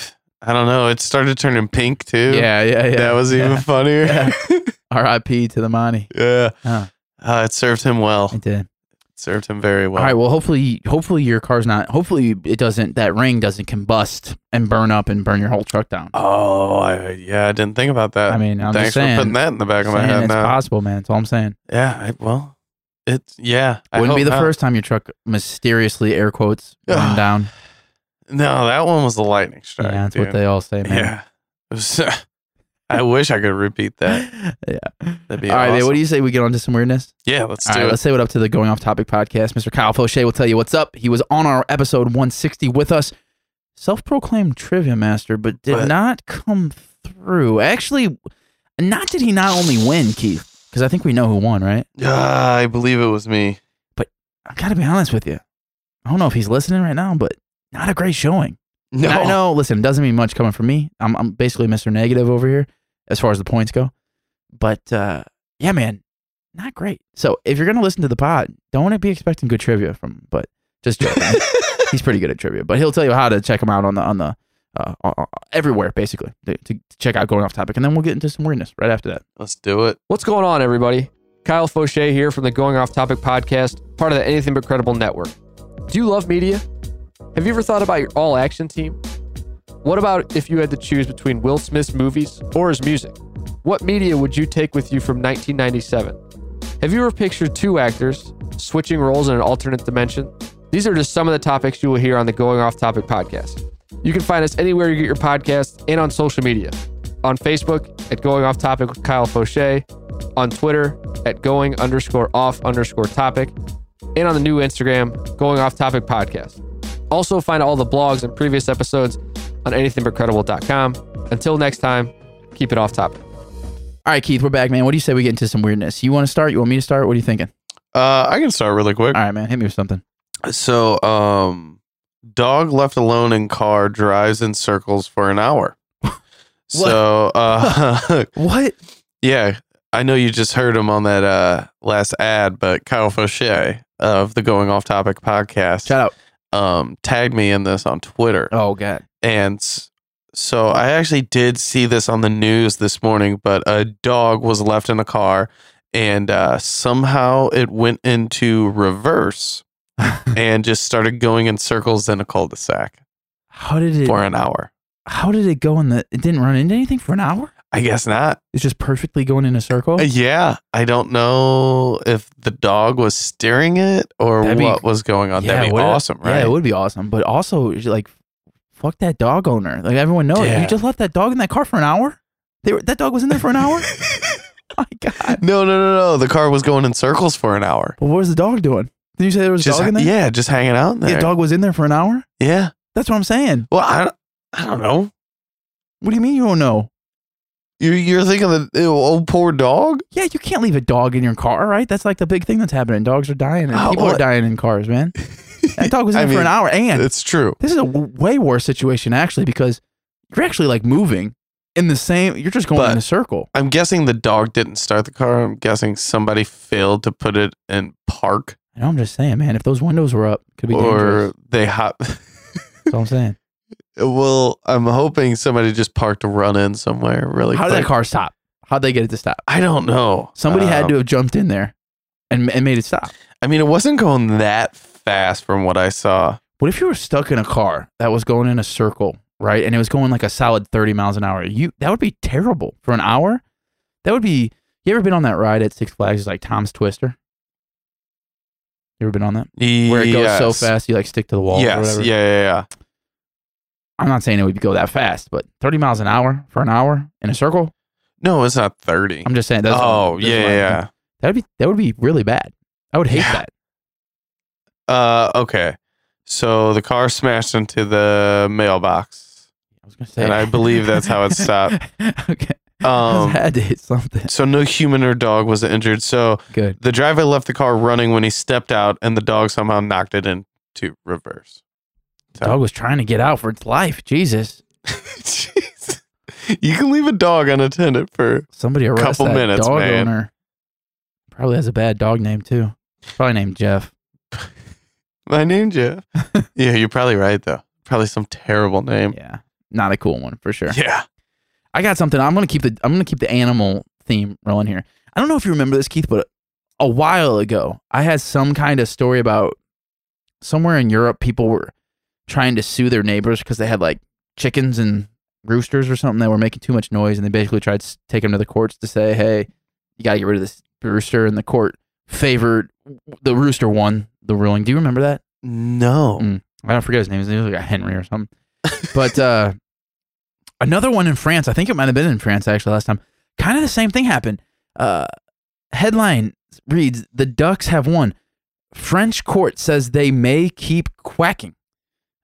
Speaker 1: I don't know. It started turning pink too.
Speaker 2: yeah, yeah.
Speaker 1: that was even
Speaker 2: yeah.
Speaker 1: funnier. Yeah, *laughs*
Speaker 2: Yeah. R.I.P. to the Monty. Huh.
Speaker 1: Uh, it served him well.
Speaker 2: It did.
Speaker 1: It served him very well.
Speaker 2: All right. Well, hopefully, hopefully your car's not. Hopefully it doesn't. That ring doesn't combust and burn up and burn your whole truck down.
Speaker 1: Oh, I, yeah. I didn't think about that.
Speaker 2: I mean, I'm
Speaker 1: thanks
Speaker 2: just saying.
Speaker 1: for putting that in the back of my
Speaker 2: saying
Speaker 1: head
Speaker 2: it's
Speaker 1: now.
Speaker 2: possible, man. That's all I'm saying.
Speaker 1: Yeah. I, well, it's yeah. I
Speaker 2: Wouldn't
Speaker 1: hope
Speaker 2: be the
Speaker 1: not.
Speaker 2: first time your truck mysteriously air quotes
Speaker 1: *sighs*
Speaker 2: burned down.
Speaker 1: No, that one was the lightning strike.
Speaker 2: yeah, that's what
Speaker 1: dude.
Speaker 2: they all say, man.
Speaker 1: Yeah. It was- *laughs* I wish I could repeat that.
Speaker 2: *laughs* yeah.
Speaker 1: That'd be
Speaker 2: All right, man.
Speaker 1: awesome.
Speaker 2: What do you say we get on to some weirdness?
Speaker 1: Yeah, let's
Speaker 2: All
Speaker 1: do
Speaker 2: right,
Speaker 1: it.
Speaker 2: let's say what up to the Going Off Topic podcast. Mr. Kyle Fauché will tell you what's up. He was on our episode 160 with us, self-proclaimed trivia master, but did
Speaker 1: But-
Speaker 2: not come through. Actually, not did he not only win, Keith, because I think we know who won, right?
Speaker 1: Ah, I believe it was me.
Speaker 2: I gotta be honest with you. I don't know if he's listening right now, but not a great showing.
Speaker 1: No,
Speaker 2: And I know. Listen, it doesn't mean much coming from me. I'm, I'm basically Mr. Negative over here as far as the points go. But uh, yeah, man, not great. So if you're gonna listen to the pod, don't want to be expecting good trivia from. Him, but just *laughs* joking. He's pretty good at trivia, but he'll tell you how to check him out on the on the uh, on- on- everywhere basically to, to check out going off topic, and then we'll get into some weirdness right after that.
Speaker 1: Let's do it.
Speaker 3: What's going on, everybody? Kyle Fauché here from the Going Off Topic podcast, part of the Anything But Credible network. Do you love media? Have you ever thought about your all action team? What about if you had to choose between Will Smith's movies or his music? What media would you take with you from 1997? Have you ever pictured two actors switching roles in an alternate dimension? These are just some of the topics you will hear on the Going Off Topic podcast. You can find us anywhere you get your podcast and on social media. On Facebook at Going Off Topic with Kyle Fauché, on Twitter at Going underscore off underscore topic, and on the new Instagram, Going Off Topic Podcast. Also, find all the blogs and previous episodes on anythingbutcredible.com. Until next time, keep it off topic.
Speaker 2: All right, Keith, we're back, man. What do you say we get into some weirdness? You want to start? You want me to start? What are you thinking?
Speaker 1: Uh, I can start really quick.
Speaker 2: All right, man, hit me with something.
Speaker 1: So, um, dog left alone in car drives in circles for an
Speaker 2: *laughs*
Speaker 1: hour. so, uh, *laughs*
Speaker 2: What?
Speaker 1: yeah, I know you just heard him on that uh, last ad, but Kyle Fauché of the Going Off Topic podcast
Speaker 2: Shout out!
Speaker 1: um, tagged me in this on Twitter.
Speaker 2: Oh God,
Speaker 1: And s- so I actually did see this on the news this morning, but a dog was left in a car and uh, somehow it went into
Speaker 2: *laughs*
Speaker 1: reverse and just started going in circles in a cul de sac
Speaker 2: how did it?
Speaker 1: for an hour.
Speaker 2: how did it go in the it didn't run into anything for an hour
Speaker 1: I guess not.
Speaker 2: it's just perfectly going in a circle
Speaker 1: Uh, Yeah, I don't know if the dog was steering it or
Speaker 2: That'd be-
Speaker 1: what was going on. That'd be
Speaker 2: would it-
Speaker 1: awesome, right?
Speaker 2: yeah it would be awesome but also it's like fuck that dog owner like everyone knows
Speaker 1: Yeah.
Speaker 2: you just left that dog in that car for an hour they were, that dog was in there for
Speaker 1: *laughs*
Speaker 2: an hour my god
Speaker 1: No, no, no, no. The car was going in circles for an hour.
Speaker 2: well, what was the dog doing did you say there was
Speaker 1: Just,
Speaker 2: a dog in there
Speaker 1: Yeah, just hanging out in
Speaker 2: the
Speaker 1: there. Yeah.
Speaker 2: dog was in there for an hour that's what i'm saying
Speaker 1: Well, I, don't- I don't know.
Speaker 2: what do you mean you don't know
Speaker 1: You're, you're thinking of the oh, poor dog?
Speaker 2: yeah you can't leave a dog in your car right that's like the big thing that's happening dogs are dying and
Speaker 1: Oh,
Speaker 2: people are
Speaker 1: well-
Speaker 2: dying in cars man that dog was
Speaker 1: *laughs*
Speaker 2: in
Speaker 1: I
Speaker 2: there for
Speaker 1: mean,
Speaker 2: an hour and
Speaker 1: It's true.
Speaker 2: This is a w- way worse situation actually because you're actually like moving in the same. You're just going in
Speaker 1: But-
Speaker 2: a circle.
Speaker 1: I'm guessing the dog didn't start the car. I'm guessing somebody failed to put it in park
Speaker 2: I know I'm just saying, man. If those windows were up, could be dangerous.
Speaker 1: or they hop. *laughs*
Speaker 2: That's all I'm saying. *laughs*
Speaker 1: well, I'm hoping somebody just parked to run in somewhere really
Speaker 2: How did
Speaker 1: quick.
Speaker 2: that car stop? How'd they get it to stop?
Speaker 1: I don't know.
Speaker 2: Somebody had
Speaker 1: Um,
Speaker 2: to have jumped in there and and made it stop.
Speaker 1: I mean, it wasn't going that fast from what I saw.
Speaker 2: What if you were stuck in a car that was going in a circle, right? And it was going like a solid 30 miles an hour. You that would be terrible for an hour. That would be. You ever been on that ride at Six Flags? It's like Tom's Twister. You ever been on that? Where it goes so
Speaker 1: Yes.
Speaker 2: fast, you like stick to the wall. Or
Speaker 1: Yes.
Speaker 2: whatever.
Speaker 1: Yeah, yeah, yeah.
Speaker 2: I'm not saying it would go that fast, but 30 miles an hour for an hour in a circle.
Speaker 1: No, it's not 30.
Speaker 2: I'm just saying. That's
Speaker 1: oh,
Speaker 2: that's
Speaker 1: yeah,
Speaker 2: my-
Speaker 1: yeah.
Speaker 2: That'd be that would be really bad. I would hate
Speaker 1: Yeah.
Speaker 2: that.
Speaker 1: Uh, okay. So the car smashed into the mailbox.
Speaker 2: I was gonna say,
Speaker 1: And I believe that's how it stopped.
Speaker 2: *laughs* okay, I
Speaker 1: Um,
Speaker 2: had to
Speaker 1: *laughs*
Speaker 2: hit something.
Speaker 1: so no human or dog was injured. So
Speaker 2: Good.
Speaker 1: the driver left the car running when he stepped out, and the dog somehow knocked it into reverse. *laughs*
Speaker 2: Dog was trying to get out for its life. Jesus,
Speaker 1: Jeez. You can leave a dog unattended for
Speaker 2: somebody arrest
Speaker 1: Couple
Speaker 2: that
Speaker 1: minutes,
Speaker 2: dog
Speaker 1: man.
Speaker 2: owner. Probably has a bad dog name too. Probably named Jeff.
Speaker 1: my name, Jeff. yeah, you're probably right though. Probably some terrible name.
Speaker 2: Yeah, not a cool one for sure.
Speaker 1: Yeah.
Speaker 2: I got something. I'm gonna keep the I'm gonna keep the animal theme rolling here. I don't know if you remember this, Keith, but a while ago I had some kind of story about somewhere in Europe people were trying to sue their neighbors because they had like chickens and roosters or something that were making too much noise, and they basically tried to s- take them to the courts to say, "Hey, you gotta get rid of this rooster." And the court favored the rooster won the ruling. Do you remember that?
Speaker 1: No.
Speaker 2: Mm. I don't forget his name. His name was like a Henry or something. But uh, *laughs* another one in France. I think it might have been in France actually last time. Kind of the same thing happened. Uh, headline reads: The ducks have won. French court says they may keep quacking.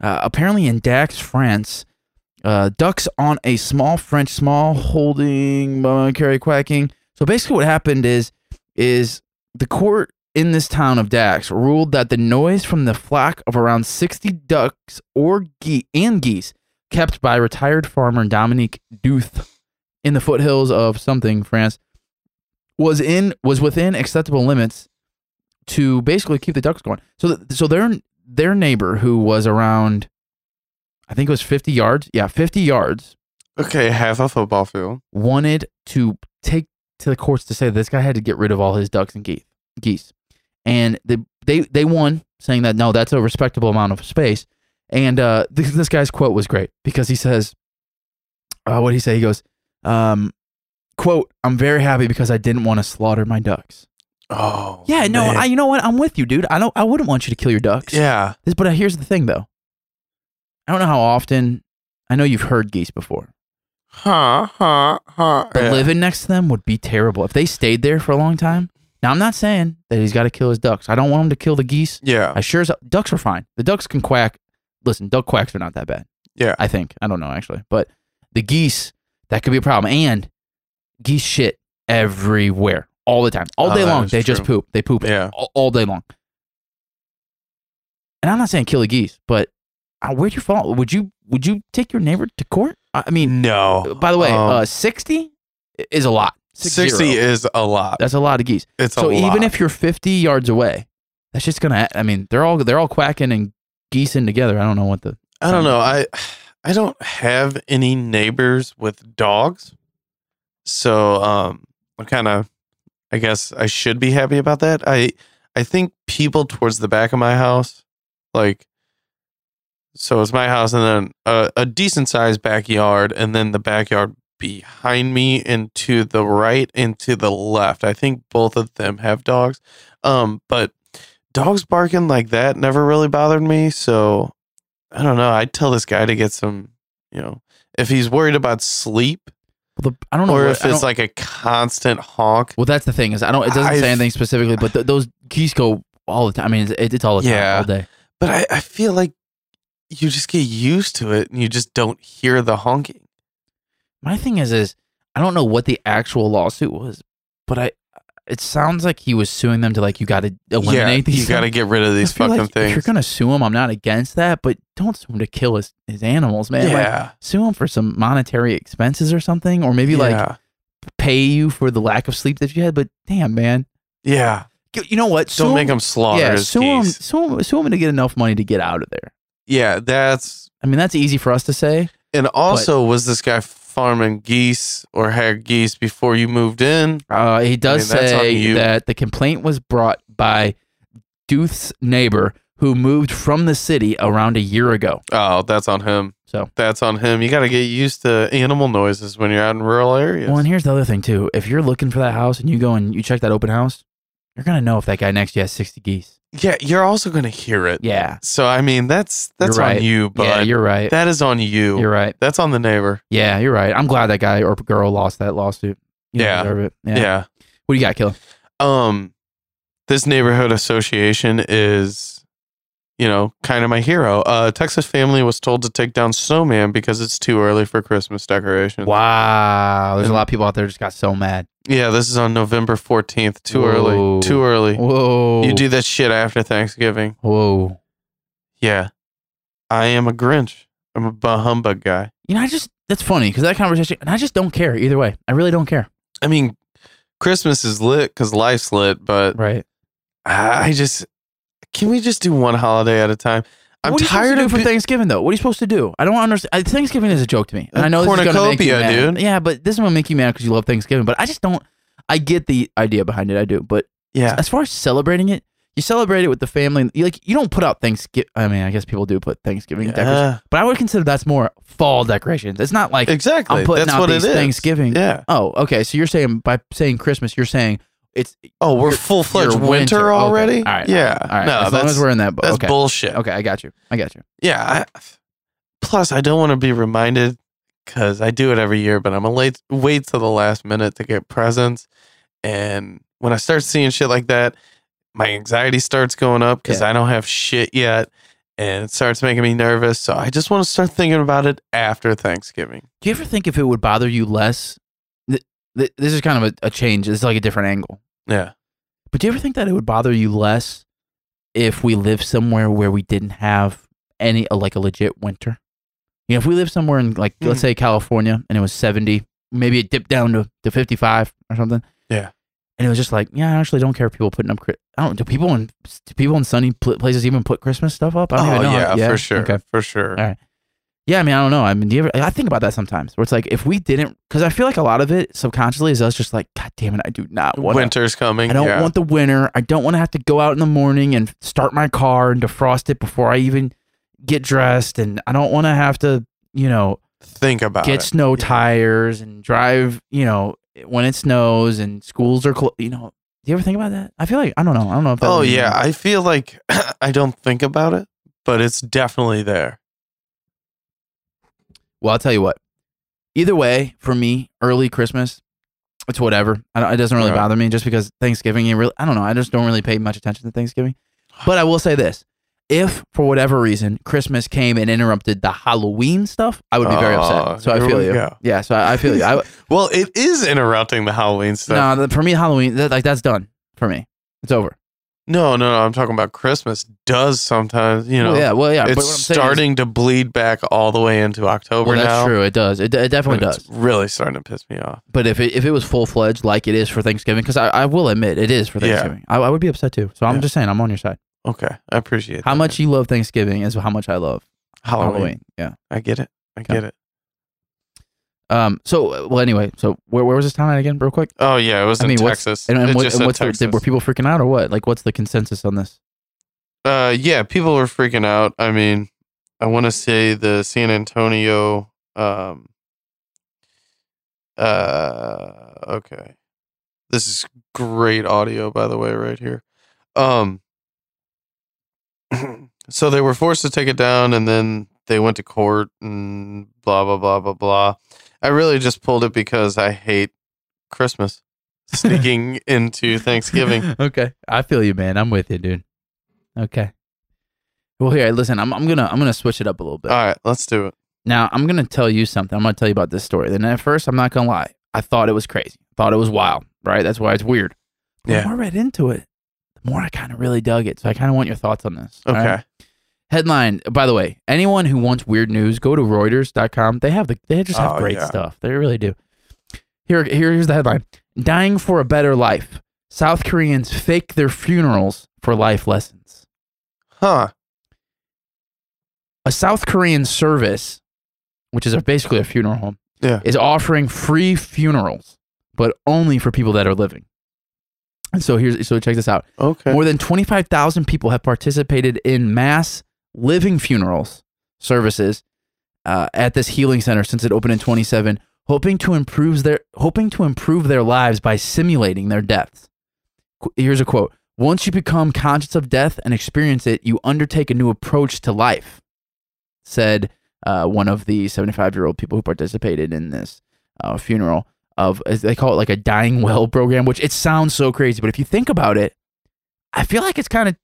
Speaker 2: Uh, apparently, in Dax, France, uh, ducks on a small French small holding uh, carry quacking. So basically, what happened is is the court in this town of Dax ruled that the noise from the flock of around 60 ducks or ge- and geese kept by retired farmer Dominique Duth in the foothills of something France was in was within acceptable limits to basically keep the ducks going. So th- so their their neighbor who was around I think it was 50 yards. Yeah, 50 yards
Speaker 1: Okay, half a football field.
Speaker 2: wanted to take to the courts to say this guy had to get rid of all his ducks and geese. Geese, and the, they they won, saying that no, that's a respectable amount of space. And uh, *laughs* this, this guy's quote was great because he says, uh, "What did he say?" He goes, um, "Quote: I'm very happy because I didn't want to slaughter my ducks."
Speaker 1: Oh.
Speaker 2: Yeah, no,
Speaker 1: man.
Speaker 2: I you know what? I'm with you, dude. I don't. I wouldn't want you to kill your ducks.
Speaker 1: Yeah.
Speaker 2: This, but uh, here's the thing, though. I don't know how often. I know you've heard geese before.
Speaker 1: Huh, huh, huh.
Speaker 2: But
Speaker 1: Yeah.
Speaker 2: living next to them would be terrible if they stayed there for a long time. Now I'm not saying that he's got to kill his ducks. I don't want him to kill the geese.
Speaker 1: yeah.
Speaker 2: I sure as ducks are fine. The ducks can quack. Listen, duck quacks are not that bad.
Speaker 1: Yeah.
Speaker 2: I think I don't know actually, but the geese that could be a problem. And geese shit everywhere all the time, all
Speaker 1: Oh,
Speaker 2: day
Speaker 1: that
Speaker 2: long.
Speaker 1: is
Speaker 2: They just
Speaker 1: true.
Speaker 2: poop. They poop
Speaker 1: Yeah.
Speaker 2: all, all day long. And I'm not saying kill the geese, but uh, where'd you fall? Would you would you take your neighbor to court? I I mean,
Speaker 1: No.
Speaker 2: by the way,
Speaker 1: Um,
Speaker 2: uh, 60 i- is a lot. Six
Speaker 1: 60
Speaker 2: zero.
Speaker 1: is a lot.
Speaker 2: That's a lot of geese.
Speaker 1: It's
Speaker 2: so
Speaker 1: a lot.
Speaker 2: even if you're 50 yards away, that's just gonna. I mean, they're all they're all quacking and geesing together. I don't know what the.
Speaker 1: I don't know. I I don't have any neighbors with dogs. So um I'm kind of I guess I should be happy about that. I I think people towards the back of my house like so it's my house and then a, a decent sized backyard and then the backyard behind me and to the right and to the left. I think both of them have dogs. Um but dogs barking like that never really bothered me, so I don't know. I'd tell this guy to get some, you know, if he's worried about sleep
Speaker 2: the I don't know.
Speaker 1: or
Speaker 2: what-
Speaker 1: if
Speaker 2: I
Speaker 1: it's
Speaker 2: don't-
Speaker 1: like a constant honk.
Speaker 2: Well, that's the thing is I don't. It doesn't say
Speaker 1: I've-
Speaker 2: anything specifically, but th- those geese go all the time. I mean, it's, it's all the time,
Speaker 1: Yeah.
Speaker 2: all day.
Speaker 1: But I, I feel like you just get used to it and you just don't hear the honking.
Speaker 2: My thing is, is I don't know what the actual lawsuit was, but I. It sounds like he was suing them to like you got to eliminate
Speaker 1: yeah,
Speaker 2: these.
Speaker 1: you got to
Speaker 2: things.
Speaker 1: get rid of these
Speaker 2: I feel
Speaker 1: fucking
Speaker 2: like If
Speaker 1: things.
Speaker 2: you're gonna sue him, I'm not against that, but don't sue him to kill his, his animals, man. Like,
Speaker 1: yeah,
Speaker 2: sue him for some monetary expenses or something, or maybe like
Speaker 1: yeah,
Speaker 2: pay you for the lack of sleep that you had. But damn, man,
Speaker 1: yeah.
Speaker 2: You- you know what? Sue
Speaker 1: Don't
Speaker 2: him,
Speaker 1: make them slaughter
Speaker 2: Yeah,
Speaker 1: his
Speaker 2: sue him,
Speaker 1: geese.
Speaker 2: sue him, sue him to get enough money to get out of there.
Speaker 1: Yeah, that's
Speaker 2: I mean, that's easy for us to say.
Speaker 1: and also was this guy farming geese or had geese before you moved in?
Speaker 2: Uh, he does
Speaker 1: I mean, that's on
Speaker 2: say
Speaker 1: you.
Speaker 2: that the complaint was brought by Duth's neighbor who moved from the city around a year ago.
Speaker 1: Oh, that's on him.
Speaker 2: So
Speaker 1: that's on him. You got to get used to animal noises when you're out in rural areas.
Speaker 2: Well, and here's the other thing too. If you're looking for that house and you go and you check that open house, You're gonna know if that guy next to you has sixty geese.
Speaker 1: Yeah, you're also gonna hear it.
Speaker 2: Yeah.
Speaker 1: So I mean, that's that's
Speaker 2: You're
Speaker 1: on
Speaker 2: right.
Speaker 1: you, but
Speaker 2: yeah, you're right.
Speaker 1: that is on you.
Speaker 2: you're right.
Speaker 1: That's on the neighbor.
Speaker 2: Yeah, you're right. I'm glad that guy or girl lost that lawsuit. You don't
Speaker 1: Yeah.
Speaker 2: deserve it. Yeah.
Speaker 1: Yeah.
Speaker 2: What do you got, Killer?
Speaker 1: Um, this neighborhood association is, you know, kind of my hero. Uh, Texas family was told to take down snowman because it's too early for Christmas decorations.
Speaker 2: Wow. There's a lot of people out there just got so mad.
Speaker 1: Yeah, this is on November fourteenth. Too
Speaker 2: Whoa.
Speaker 1: early. Too early.
Speaker 2: Whoa.
Speaker 1: You do that shit after Thanksgiving.
Speaker 2: Whoa.
Speaker 1: Yeah. I am a Grinch. I'm a bah humbug guy.
Speaker 2: You know, I just that's funny because that conversation, and I just don't care either way. I really don't care.
Speaker 1: I mean, Christmas is lit because life's lit, but
Speaker 2: Right.
Speaker 1: I just can we just do one holiday at a time? I'm
Speaker 2: what are you supposed
Speaker 1: tired
Speaker 2: to do
Speaker 1: of
Speaker 2: for
Speaker 1: pe-
Speaker 2: Thanksgiving though. What are you supposed to do? I don't understand. Thanksgiving is a joke to me, and
Speaker 1: A
Speaker 2: I know this is gonna make you
Speaker 1: cornucopia,
Speaker 2: mad.
Speaker 1: dude.
Speaker 2: Yeah, but this is gonna make you mad because you love Thanksgiving. But I just don't. I get the idea behind it. I do, but
Speaker 1: yeah.
Speaker 2: as far as celebrating it, you celebrate it with the family. You, like you don't put up Thanksgiving. I mean, I guess people do put Thanksgiving decorations,
Speaker 1: Yeah.
Speaker 2: but I would consider that's more fall decorations. It's not like
Speaker 1: exactly.
Speaker 2: I'm putting
Speaker 1: That's
Speaker 2: out
Speaker 1: what
Speaker 2: these
Speaker 1: it is.
Speaker 2: Thanksgiving.
Speaker 1: Yeah.
Speaker 2: oh, okay. So you're saying by saying Christmas, you're saying it's
Speaker 1: Oh, we're
Speaker 2: Your-
Speaker 1: full fledged
Speaker 2: your
Speaker 1: winter,
Speaker 2: winter. Okay.
Speaker 1: already.
Speaker 2: All right.
Speaker 1: Yeah.
Speaker 2: all right.
Speaker 1: Uh, No,
Speaker 2: as long
Speaker 1: that's
Speaker 2: as we're in that,
Speaker 1: that's
Speaker 2: okay,
Speaker 1: bullshit.
Speaker 2: okay, I got you. I got you.
Speaker 1: Yeah. I, plus, I don't want to be reminded because I do it every year, but I'm a late wait till the last minute to get presents. And when I start seeing shit like that, my anxiety starts going up because
Speaker 2: Yeah.
Speaker 1: I don't have shit yet, and it starts making me nervous. So I just want to start thinking about it after Thanksgiving.
Speaker 2: Do you ever think if it would bother you less? Th- th- this is kind of a, a change. This is like a different angle.
Speaker 1: Yeah.
Speaker 2: But do you ever think that it would bother you less if we lived somewhere where we didn't have any uh, like a legit winter? You know, if we lived somewhere in like let's
Speaker 1: Hmm.
Speaker 2: say California and it was seventy, maybe it dipped down to, to fifty five or something.
Speaker 1: Yeah.
Speaker 2: And it was just like, yeah, I actually don't care if people putting up. Chri- I don't. Do people in do people in sunny pl- places even put Christmas stuff up? I don't
Speaker 1: Oh
Speaker 2: even know.
Speaker 1: yeah, for sure,
Speaker 2: Okay.
Speaker 1: for sure.
Speaker 2: All right. Yeah, I mean, I don't know. I mean, do you ever, I think about that sometimes where it's like, if we didn't, because I feel like a lot of it subconsciously is us just like, God damn it, I do not want to-
Speaker 1: Winter's coming.
Speaker 2: I don't
Speaker 1: yeah.
Speaker 2: want the winter. I don't want to have to go out in the morning and start my car and defrost it before I even get dressed. And I don't want to have to, you know,
Speaker 1: think about
Speaker 2: get
Speaker 1: it.
Speaker 2: snow
Speaker 1: Yeah.
Speaker 2: tires and drive, you know, when it snows and schools are closed. You know, do you ever think about that? I feel like, I don't know. I don't know if that
Speaker 1: Oh
Speaker 2: would be-
Speaker 1: yeah, I feel like *clears throat* I don't think about it, but it's definitely there.
Speaker 2: Well, I'll tell you what. Either way, for me, early Christmas, it's whatever. I don't, it doesn't really
Speaker 1: Yeah.
Speaker 2: bother me just because Thanksgiving. You really, I don't know. I just don't really pay much attention to Thanksgiving. But I will say this: if for whatever reason Christmas came and interrupted the Halloween stuff, I would be very
Speaker 1: Aw,
Speaker 2: upset. So I
Speaker 1: here
Speaker 2: feel
Speaker 1: we
Speaker 2: you.
Speaker 1: go.
Speaker 2: Yeah. So I, I
Speaker 1: *laughs*
Speaker 2: feel you. I,
Speaker 1: Well, it is interrupting the Halloween stuff.
Speaker 2: no, for me, Halloween that, like that's done for me. It's over.
Speaker 1: No, no, no. I'm talking about Christmas does sometimes, you know.
Speaker 2: well, yeah. Well, yeah.
Speaker 1: It's
Speaker 2: but what I'm saying is-
Speaker 1: starting to bleed back all the way into October
Speaker 2: well, that's
Speaker 1: now.
Speaker 2: true. It does. It, it
Speaker 1: and
Speaker 2: definitely does.
Speaker 1: It's really starting to piss me off.
Speaker 2: But if it, if it was full fledged like it is for Thanksgiving, because I, I will admit it is for
Speaker 1: Yeah.
Speaker 2: Thanksgiving, I, I would be upset too. So I'm
Speaker 1: Yeah.
Speaker 2: just saying I'm on your side.
Speaker 1: Okay, I appreciate
Speaker 2: How
Speaker 1: that.
Speaker 2: much you love Thanksgiving is how much I love
Speaker 1: Halloween.
Speaker 2: Halloween. Yeah.
Speaker 1: I get it. I
Speaker 2: Okay.
Speaker 1: get it.
Speaker 2: Um. So well, anyway. So where, where was this town at again, real quick?
Speaker 1: Oh yeah, it was
Speaker 2: I
Speaker 1: in
Speaker 2: mean, what's-
Speaker 1: Texas.
Speaker 2: And, and,
Speaker 1: It
Speaker 2: what,
Speaker 1: just
Speaker 2: and
Speaker 1: said
Speaker 2: what's the,
Speaker 1: Texas.
Speaker 2: did, were people freaking out or what? Like, what's the consensus on this?
Speaker 1: Uh, yeah, people were freaking out. I mean, I want to say the San Antonio. Um, uh, okay, this is great audio, by the way, right here. Um, *clears throat* so they were forced to take it down, and then they went to court and blah blah blah blah blah. I really just pulled it because I hate Christmas
Speaker 2: *laughs*
Speaker 1: sneaking into Thanksgiving.
Speaker 2: okay. I feel you, man. I'm with you, dude. Okay. Well, here, listen. I'm, I'm gonna I'm gonna switch it up a little bit.
Speaker 1: All right, let's do it.
Speaker 2: Now I'm gonna tell you something. I'm gonna tell you about this story. Then at first, I'm not gonna lie. I thought it was crazy. Thought it was wild. Right. That's why it's weird. But
Speaker 1: Yeah.
Speaker 2: The more I read into it, the more I kind of really dug it. So I kind of want your thoughts on this. all
Speaker 1: Okay.
Speaker 2: right? Headline. By the way, anyone who wants weird news, go to Reuters.com. They have the. They just have
Speaker 1: Oh,
Speaker 2: great
Speaker 1: yeah.
Speaker 2: stuff. They really do. Here, here, here's the headline: Dying for a better life. South Koreans fake their funerals for life lessons.
Speaker 1: Huh.
Speaker 2: a South Korean service, which is a, basically a funeral home,
Speaker 1: Yeah.
Speaker 2: is offering free funerals, but only for people that are living. And so here's so check this out.
Speaker 1: Okay.
Speaker 2: More than 25,000 people have participated in mass living funerals services uh, at this healing center since it opened in 27, hoping to improve their hoping to improve their lives by simulating their deaths. Qu- Here's a quote. Once you become conscious of death and experience it, you undertake a new approach to life, said uh, one of the 75 year old people who participated in this uh, funeral of, as they call it like a dying well *laughs* program, which it sounds so crazy, but if you think about it, I feel like it's kind of,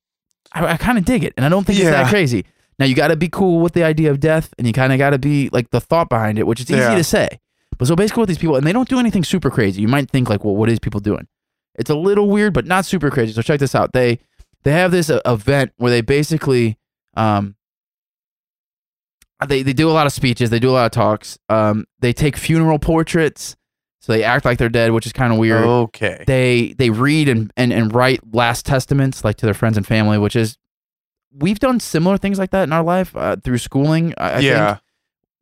Speaker 2: I, I kind of dig it. And I don't think it's that
Speaker 1: Yeah.
Speaker 2: crazy. Now you got to be cool with the idea of death and you kind of got to be like the thought behind it, which it's easy
Speaker 1: Yeah.
Speaker 2: to say. But so basically, with these people, and they don't do anything super crazy. You might think like, well, what is people doing? It's a little weird, but not super crazy. So check this out. They they have this uh, event where they basically um they they do a lot of speeches, they do a lot of talks. Um, they take funeral portraits, so they act like they're dead, which is kind of weird.
Speaker 1: Okay.
Speaker 2: They they read and, and and write last testaments like to their friends and family, which is we've done similar things like that in our life uh, through schooling. I, I think
Speaker 1: yeah.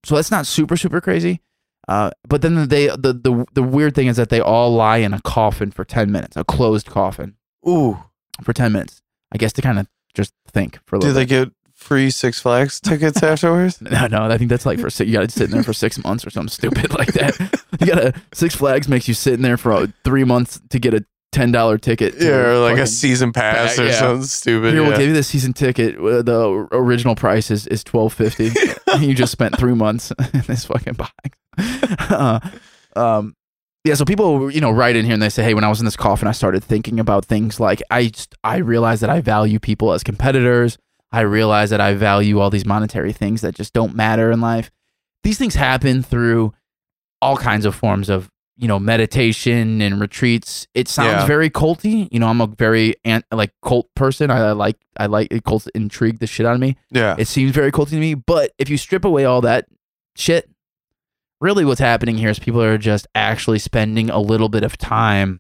Speaker 2: so that's not super super crazy. Uh, but then they the, the the weird thing is that they all lie in a coffin for ten minutes, a closed coffin
Speaker 1: Ooh.
Speaker 2: for ten minutes. I guess to kind of just think for a
Speaker 1: Do
Speaker 2: little.
Speaker 1: they get free Six Flags *laughs* tickets afterwards?
Speaker 2: bit. no, no, I think that's like for si- you got to sit in there for six months or something stupid like that. You got to Six Flags makes you sit in there for uh, three months to get a ten dollar ticket. to
Speaker 1: Yeah, or like
Speaker 2: fucking-
Speaker 1: a season pass
Speaker 2: Yeah,
Speaker 1: or
Speaker 2: yeah.
Speaker 1: something stupid.
Speaker 2: Here,
Speaker 1: yeah.
Speaker 2: we'll give you the season ticket. Uh, The original price is is twelve fifty. *laughs* you just spent three months *laughs* in this fucking box. Uh, um, yeah, so people, you know, write in here and they say, "Hey, when I was in this coffin, I started thinking about things like I just, I realized that I value people as competitors. I realized that I value all these monetary things that just don't matter in life. These things happen through all kinds of forms of." You know, meditation and retreats. It sounds
Speaker 1: Yeah.
Speaker 2: very culty. You know, I'm a very ant, like cult person. I, I like I like cults intrigue the shit out of me.
Speaker 1: *laughs* yeah.
Speaker 2: It seems very culty to me, but if you strip away all that shit, really what's happening here is people are just actually spending a little bit of time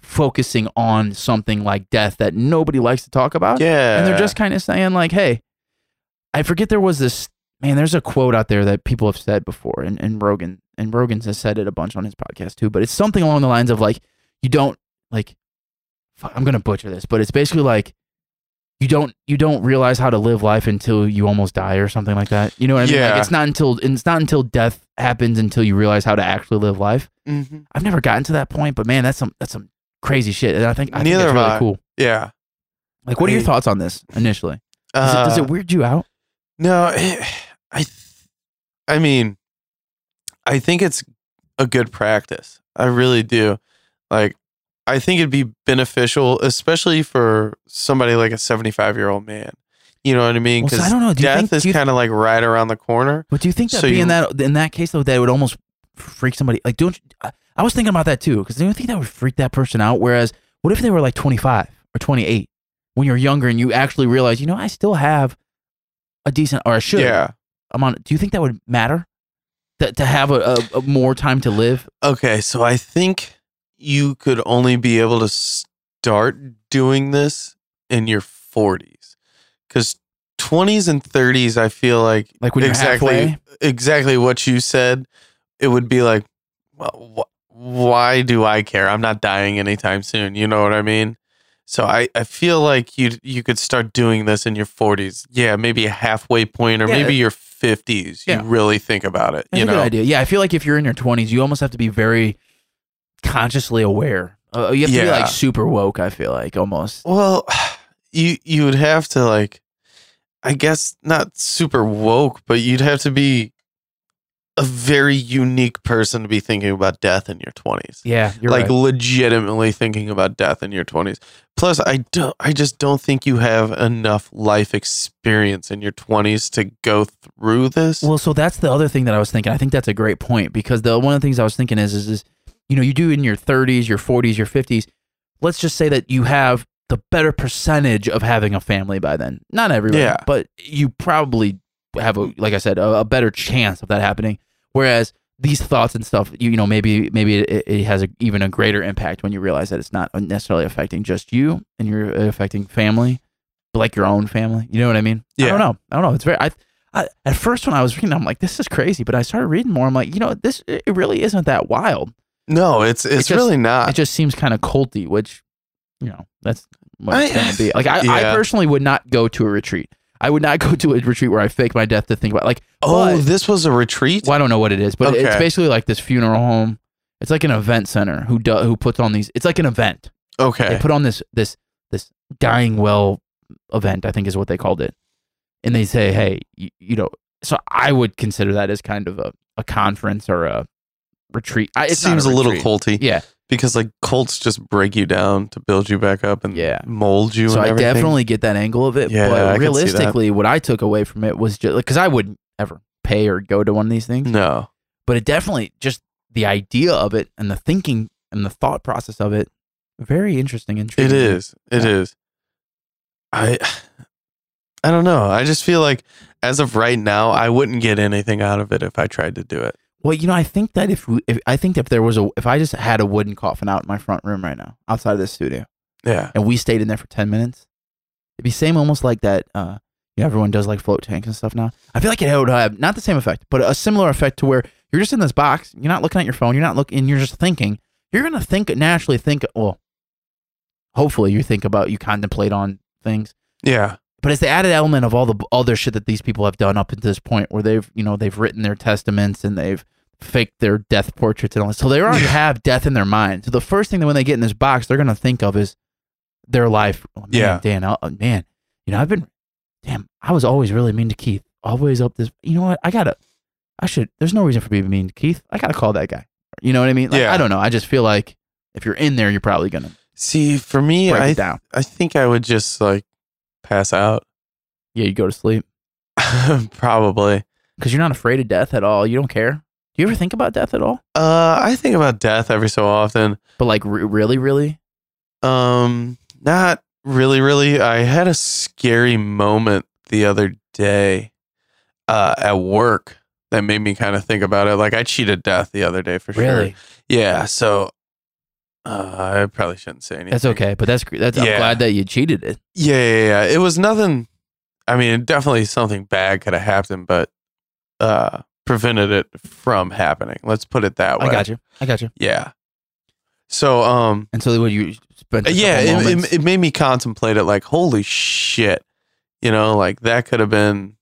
Speaker 2: focusing on something like death that nobody likes to talk about.
Speaker 1: yeah.
Speaker 2: And they're just kind of saying, like, hey, I forget there was this man, there's a quote out there that people have said before, and, and Rogan and Rogan's has said it a bunch on his podcast too, but it's something along the lines of like, you don't like fuck, I'm gonna butcher this, but it's basically like you don't you don't realize how to live life until you almost die or something like that. You know what I mean?
Speaker 1: Yeah.
Speaker 2: Like it's not until it's not until death happens until you realize how to actually live life.
Speaker 1: Mhm.
Speaker 2: I've never gotten to that point, but man, that's some that's some crazy shit. And I think I think
Speaker 1: Neither
Speaker 2: that's
Speaker 1: have
Speaker 2: really
Speaker 1: I.
Speaker 2: cool.
Speaker 1: Yeah.
Speaker 2: Like what are your
Speaker 1: I-
Speaker 2: thoughts on this initially? Does, it, does
Speaker 1: Uh,
Speaker 2: it weird you out?
Speaker 1: No, I, I, th- I mean, I think it's a good practice. I really do. Like, I think it'd be beneficial, especially for somebody like a seventy-five-year-old man. You know what I mean?
Speaker 2: Well, so I
Speaker 1: Because
Speaker 2: don't know. Do you
Speaker 1: death
Speaker 2: think-
Speaker 1: is
Speaker 2: do you-
Speaker 1: kind of like right around the corner.
Speaker 2: But do you think that
Speaker 1: So
Speaker 2: being
Speaker 1: you-
Speaker 2: that in that case though, that would almost freak somebody? Like, don't you, I, I was thinking about that too? Because do you think that would freak that person out? Whereas, what if they were like twenty five or twenty eight when you're younger and you actually realize, you know, I still have a decent or I should
Speaker 1: Yeah.
Speaker 2: amount. Do you think that would matter? That to have a, a, a more time to live.
Speaker 1: Okay, so I think you could only be able to start doing this in your 40s. Cuz 20s and 30s I feel like
Speaker 2: Like when you're
Speaker 1: exactly
Speaker 2: halfway?
Speaker 1: exactly what you said, it would be like well, wh- why do I care? I'm not dying anytime soon, you know what I mean? So I, I feel like you you could start doing this in your 40s. Yeah, maybe a halfway point or
Speaker 2: Yeah.
Speaker 1: maybe your 50s.
Speaker 2: Yeah.
Speaker 1: You really think about it,
Speaker 2: That's
Speaker 1: you
Speaker 2: a
Speaker 1: know.
Speaker 2: good idea. Yeah, I feel like if you're in your twenties, you almost have to be very consciously aware. Uh, you have to be
Speaker 1: Yeah.
Speaker 2: like super woke. I feel like almost.
Speaker 1: Well, *sighs* you you would have to like, I guess not super woke, but you'd have to be a very unique person to be thinking about death in your twenties.
Speaker 2: Yeah, you're
Speaker 1: Like
Speaker 2: right.
Speaker 1: legitimately thinking about death in your twenties. Plus, I don't. I just don't think you have enough life experience in your twenties to go through this.
Speaker 2: Well, so that's the other thing that I was thinking. I think that's a great point because the one of the things I was thinking is is, is you know you do in your 30s, your 40s, your 50s. Let's just say that you have the better percentage of having a family by then. Not everyone,
Speaker 1: Yeah.
Speaker 2: but you probably have a like I said a, a better chance of that happening. Whereas these thoughts and stuff, you, you know, maybe maybe it, it has a, even a greater impact when you realize that it's not necessarily affecting just you and you're uh, affecting family, but like your own family. You know what I mean? I
Speaker 1: Yeah.
Speaker 2: don't know. I don't know. It's very. I, I at first when I was reading, I'm like, this is crazy. But I started reading more. I'm like, you know, this it really isn't that wild.
Speaker 1: no, it's it's
Speaker 2: just-
Speaker 1: really
Speaker 2: It
Speaker 1: not.
Speaker 2: just seems kind of culty, which you know that's what it's
Speaker 1: I-
Speaker 2: gonna
Speaker 1: *sighs*
Speaker 2: be. Like I, I
Speaker 1: Yeah.
Speaker 2: personally would not go to a retreat. I would not *laughs* go to a retreat where I fake my death to think about like
Speaker 1: oh,
Speaker 2: but-
Speaker 1: this was a retreat.
Speaker 2: well, I don't know what it is, but it's
Speaker 1: Okay.
Speaker 2: basically like this funeral home. It's like an event center who do, who puts on these. It's like an event.
Speaker 1: Okay.
Speaker 2: They put on this this this dying well event, I think is what they called it, and they say, hey, you, you know, so I would consider that as kind of a, a conference or a retreat. I,
Speaker 1: it
Speaker 2: it's not
Speaker 1: seems a, little culty
Speaker 2: retreat. Yeah,
Speaker 1: because like cults just break you down to build you back up and
Speaker 2: Yeah.
Speaker 1: mold you.
Speaker 2: so
Speaker 1: and
Speaker 2: I
Speaker 1: everything.
Speaker 2: definitely get that angle of it.
Speaker 1: Yeah, I
Speaker 2: but
Speaker 1: can see that.
Speaker 2: realistically, what I took away from it was just because I wouldn't ever pay or go to one of these things.
Speaker 1: no.
Speaker 2: but it definitely just the idea of it and the thinking and the thought process of it very interesting and
Speaker 1: It
Speaker 2: intriguing.
Speaker 1: is. It is.
Speaker 2: Yeah.
Speaker 1: I I don't know. I just feel like as of right now, I wouldn't get anything out of it if I tried to do it.
Speaker 2: well you know i think that if, we, if i think if there was a if i just had a wooden coffin out in my front room right now outside of the studio
Speaker 1: Yeah.
Speaker 2: and we stayed in there for 10 minutes it'd be same almost like that uh you know, everyone does like float tanks and stuff now i feel like it would have not the same effect but a similar effect to where you're just in this box you're not looking at your phone you're not looking you're just thinking you're gonna think naturally think well hopefully you think about you contemplate on things
Speaker 1: Yeah.
Speaker 2: but it's the added element of all the other shit that these people have done up to this point where they've you know they've written their testaments and they've faked their death portraits and all this. so they already have death in their mind so the first thing that when they get in this box they're gonna think of is their life oh, man,
Speaker 1: Yeah.
Speaker 2: dan oh, man you know i've been damn i was always really mean to keith always up this you know what i gotta i should there's no reason for being mean to keith i gotta call that guy you know what i mean like,
Speaker 1: Yeah.
Speaker 2: i don't know i just feel like if you're in there you're probably gonna
Speaker 1: See, for me,
Speaker 2: break
Speaker 1: I
Speaker 2: it down
Speaker 1: I think I would just like pass out. *laughs*
Speaker 2: yeah you go to sleep
Speaker 1: Probably.
Speaker 2: because you're not afraid of death at all. You don't care. Do you ever think about death at all?
Speaker 1: Uh, I think about death every so often.
Speaker 2: But like, re- really, really,
Speaker 1: Um, not really, really. I had a scary moment the other day uh, at work that made me kind of think about it. Like I cheated death the other day for sure. Yeah. So uh, I probably shouldn't say anything.
Speaker 2: That's okay. But that's gr- that's.
Speaker 1: Yeah.
Speaker 2: I'm glad that you cheated it.
Speaker 1: Yeah, yeah, yeah. It was nothing. I mean, definitely something bad could have happened, but uh, prevented it from happening. Let's put it that way.
Speaker 2: I got you. I got you.
Speaker 1: Yeah. So, um,
Speaker 2: And so what you spent? a
Speaker 1: yeah,
Speaker 2: couple
Speaker 1: it,
Speaker 2: moments-
Speaker 1: it, it made me contemplate it like, holy shit, you know, like that could have been,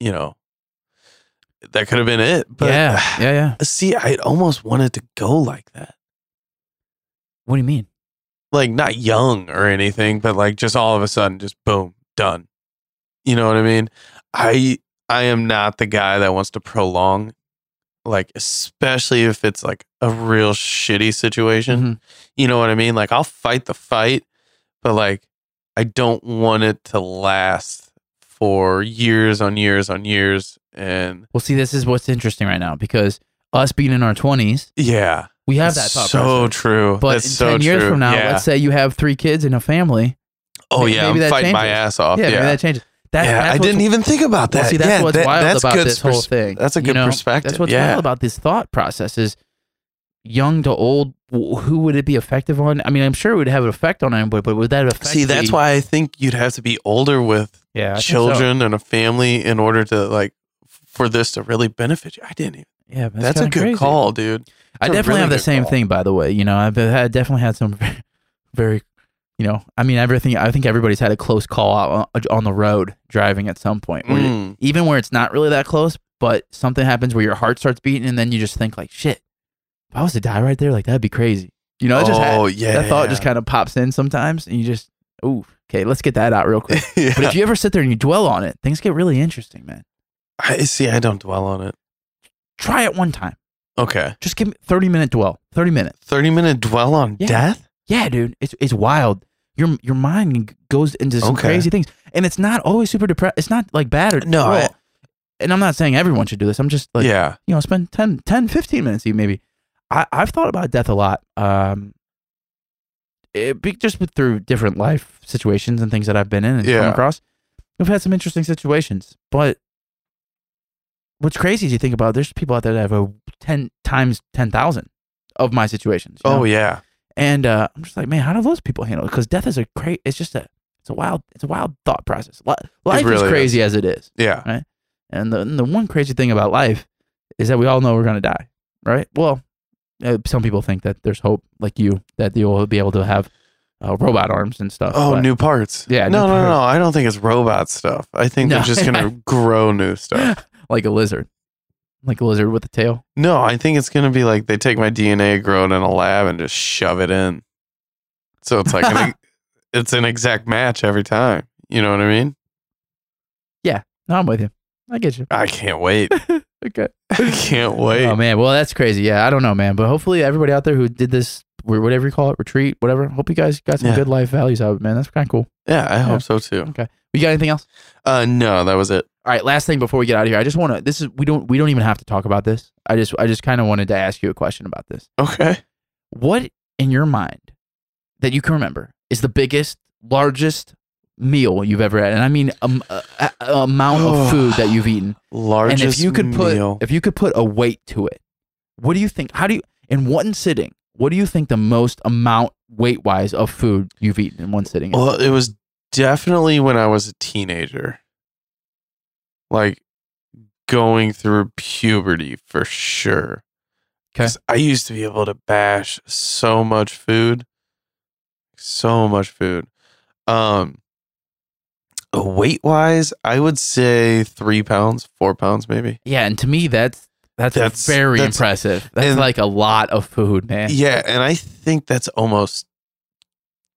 Speaker 1: you know, that could have been it. But
Speaker 2: yeah,
Speaker 1: *sighs*
Speaker 2: yeah, yeah.
Speaker 1: see, I almost wanted to go like that.
Speaker 2: What do you mean?
Speaker 1: Like, not young or anything, but like just all of a sudden, just boom, done. You know what I mean? I I am not the guy that wants to prolong, like, especially if it's like a real shitty situation.
Speaker 2: Mhm.
Speaker 1: You know what I mean? Like I'll fight the fight, but like I don't want it to last for years on years on years. And
Speaker 2: Well, see, this is what's interesting right now because us being in our 20s,
Speaker 1: yeah,
Speaker 2: we have that
Speaker 1: that's
Speaker 2: thought.
Speaker 1: so
Speaker 2: process.
Speaker 1: true.
Speaker 2: But
Speaker 1: that's
Speaker 2: in
Speaker 1: so
Speaker 2: 10 years
Speaker 1: true.
Speaker 2: from now,
Speaker 1: yeah.
Speaker 2: let's say you have three kids and a family.
Speaker 1: oh
Speaker 2: maybe-
Speaker 1: yeah,
Speaker 2: maybe
Speaker 1: I'm
Speaker 2: that
Speaker 1: fighting my
Speaker 2: changes.
Speaker 1: ass off.
Speaker 2: yeah,
Speaker 1: Yeah,
Speaker 2: maybe that changes. That,
Speaker 1: yeah.
Speaker 2: that's
Speaker 1: I
Speaker 2: what's-
Speaker 1: didn't even think about that.
Speaker 2: Well, see, that's
Speaker 1: yeah,
Speaker 2: what's
Speaker 1: that-
Speaker 2: wild
Speaker 1: that's
Speaker 2: about
Speaker 1: good
Speaker 2: this whole
Speaker 1: pers-
Speaker 2: thing.
Speaker 1: That's a
Speaker 2: you
Speaker 1: good
Speaker 2: know?
Speaker 1: perspective.
Speaker 2: That's what's
Speaker 1: yeah.
Speaker 2: wild about this thought process is young to old. wh- Who would it be effective on? I mean, I'm sure it would have an effect on anybody, but would that affect?
Speaker 1: See, that's
Speaker 2: the-
Speaker 1: why I think you'd have to be older with
Speaker 2: yeah, I think so.
Speaker 1: children and a family in order to like f- for this to really benefit you. I didn't. Even,
Speaker 2: Yeah, that's,
Speaker 1: that's a
Speaker 2: kinda
Speaker 1: good
Speaker 2: crazy.
Speaker 1: call, dude.
Speaker 2: I
Speaker 1: It's a
Speaker 2: definitely
Speaker 1: really
Speaker 2: have the
Speaker 1: good
Speaker 2: same
Speaker 1: call.
Speaker 2: thing, by the way. You know, I've been- had definitely had some *laughs* very, you know, I mean, everything. I think everybody's had a close call out on, on the road driving at some point, where you-
Speaker 1: Mm.
Speaker 2: even where it's not really that close, but something happens where your heart starts beating, and then you just think like, shit, if I was to die right there, like that'd be crazy. You know, it just ha-
Speaker 1: oh yeah,
Speaker 2: that thought just kind of pops in sometimes, and you just, ooh, okay, let's get that out
Speaker 1: *laughs*
Speaker 2: real quick.
Speaker 1: yeah.
Speaker 2: But if you ever sit there and you dwell on it, things get really interesting, man.
Speaker 1: I see. I don't dwell on it.
Speaker 2: Try it one time.
Speaker 1: Okay,
Speaker 2: Just give me thirty minute dwell. Thirty minutes.
Speaker 1: thirty minute dwell on
Speaker 2: Yeah.
Speaker 1: death.
Speaker 2: Yeah, dude, it's it's wild. Your your mind goes into some
Speaker 1: Okay.
Speaker 2: crazy things, and it's not always super depressed. It's not like bad or
Speaker 1: No, I-
Speaker 2: and I'm not saying everyone should do this. I'm just like,
Speaker 1: yeah,
Speaker 2: you know, spend 10, 10 15 minutes even maybe. I, I've thought about death a lot. Um, it be, just with- through different life situations and things that I've been in and come
Speaker 1: Yeah.
Speaker 2: across. We've had some interesting situations, but what's crazy is you think about there's people out there that have a 10 times 10,000 of my situations.
Speaker 1: oh yeah,
Speaker 2: And uh, I'm just like, man, how do those people handle it? Because death is a great, it's just a, it's a wild, it's a wild thought process. Li- Life
Speaker 1: really
Speaker 2: is
Speaker 1: is.
Speaker 2: crazy as it is.
Speaker 1: yeah,
Speaker 2: And the, and the one crazy thing about life is that we all know we're going to die, right? Well, uh, some people think that there's hope, like you, that you'll be able to have uh, robot arms and stuff.
Speaker 1: oh
Speaker 2: but-
Speaker 1: new parts.
Speaker 2: Yeah,
Speaker 1: no,
Speaker 2: new
Speaker 1: no, no, no. I don't think it's robot stuff. I think
Speaker 2: No.
Speaker 1: they're just
Speaker 2: *laughs*
Speaker 1: gonna grow new stuff.
Speaker 2: Like a lizard. Like a lizard with a tail.
Speaker 1: No, I think it's gonna be like they take my DNA, grow it in a lab, and just shove it in. So it's like
Speaker 2: *laughs*
Speaker 1: an, it's an exact match every time. You know what I mean?
Speaker 2: No, I'm with you. I get you.
Speaker 1: I can't
Speaker 2: *laughs*
Speaker 1: wait.
Speaker 2: Okay.
Speaker 1: I can't wait.
Speaker 2: Oh man, well that's crazy. Yeah, I don't know, man, but hopefully everybody out there who did this, or whatever you call it, retreat, whatever. Hope you guys got some
Speaker 1: Yeah.
Speaker 2: good life values out of it, man. That's kind of cool.
Speaker 1: yeah, I hope so too.
Speaker 2: You got anything else?
Speaker 1: Uh, no, that was it.
Speaker 2: All right, last thing before we get out of here, I just want to. This is we don't we don't even have to talk about this. I just I just kind of wanted to ask you a question about this.
Speaker 1: Okay.
Speaker 2: What in your mind that you can remember is the biggest, largest meal you've ever had, and I mean um, uh, uh,
Speaker 1: *sighs*
Speaker 2: amount of food that you've eaten.
Speaker 1: Largest
Speaker 2: and if you could put
Speaker 1: meal.
Speaker 2: if you could put a weight to it, what do you think? How do you in one sitting? What do you think the most amount weight wise of food you've eaten in one sitting? is?
Speaker 1: Well, it was definitely when I was a teenager. Like going through puberty for sure.
Speaker 2: 'Kay.
Speaker 1: 'Cause I used to be able to bash so much food. So much food. Um weight wise, I would say three pounds, four pounds maybe.
Speaker 2: yeah, and to me that's that's,
Speaker 1: That's-
Speaker 2: very
Speaker 1: that's-
Speaker 2: impressive. That's
Speaker 1: and-
Speaker 2: like a lot of food, man.
Speaker 1: Yeah, and I think that's almost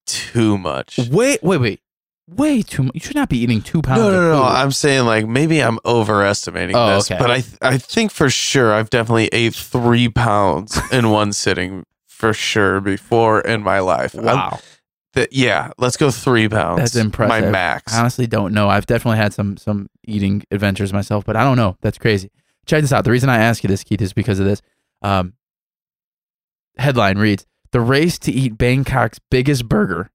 Speaker 1: too much.
Speaker 2: Wait, wait, wait, way too much. You should not be eating two pounds.
Speaker 1: No,
Speaker 2: of
Speaker 1: no, no.
Speaker 2: food.
Speaker 1: I'm saying like maybe I'm overestimating
Speaker 2: Oh,
Speaker 1: this,
Speaker 2: okay.
Speaker 1: but I th- I think for sure I've definitely ate three pounds in one sitting for sure before in my life. I'm-
Speaker 2: wow.
Speaker 1: th- yeah, let's go three pounds.
Speaker 2: That's impressive.
Speaker 1: My max.
Speaker 2: I honestly don't know. I've definitely had some some eating adventures myself, but I don't know. That's crazy. Check this out. The reason I ask you this, Keith, is because of this. Um, headline reads: The race to eat Bangkok's biggest burger,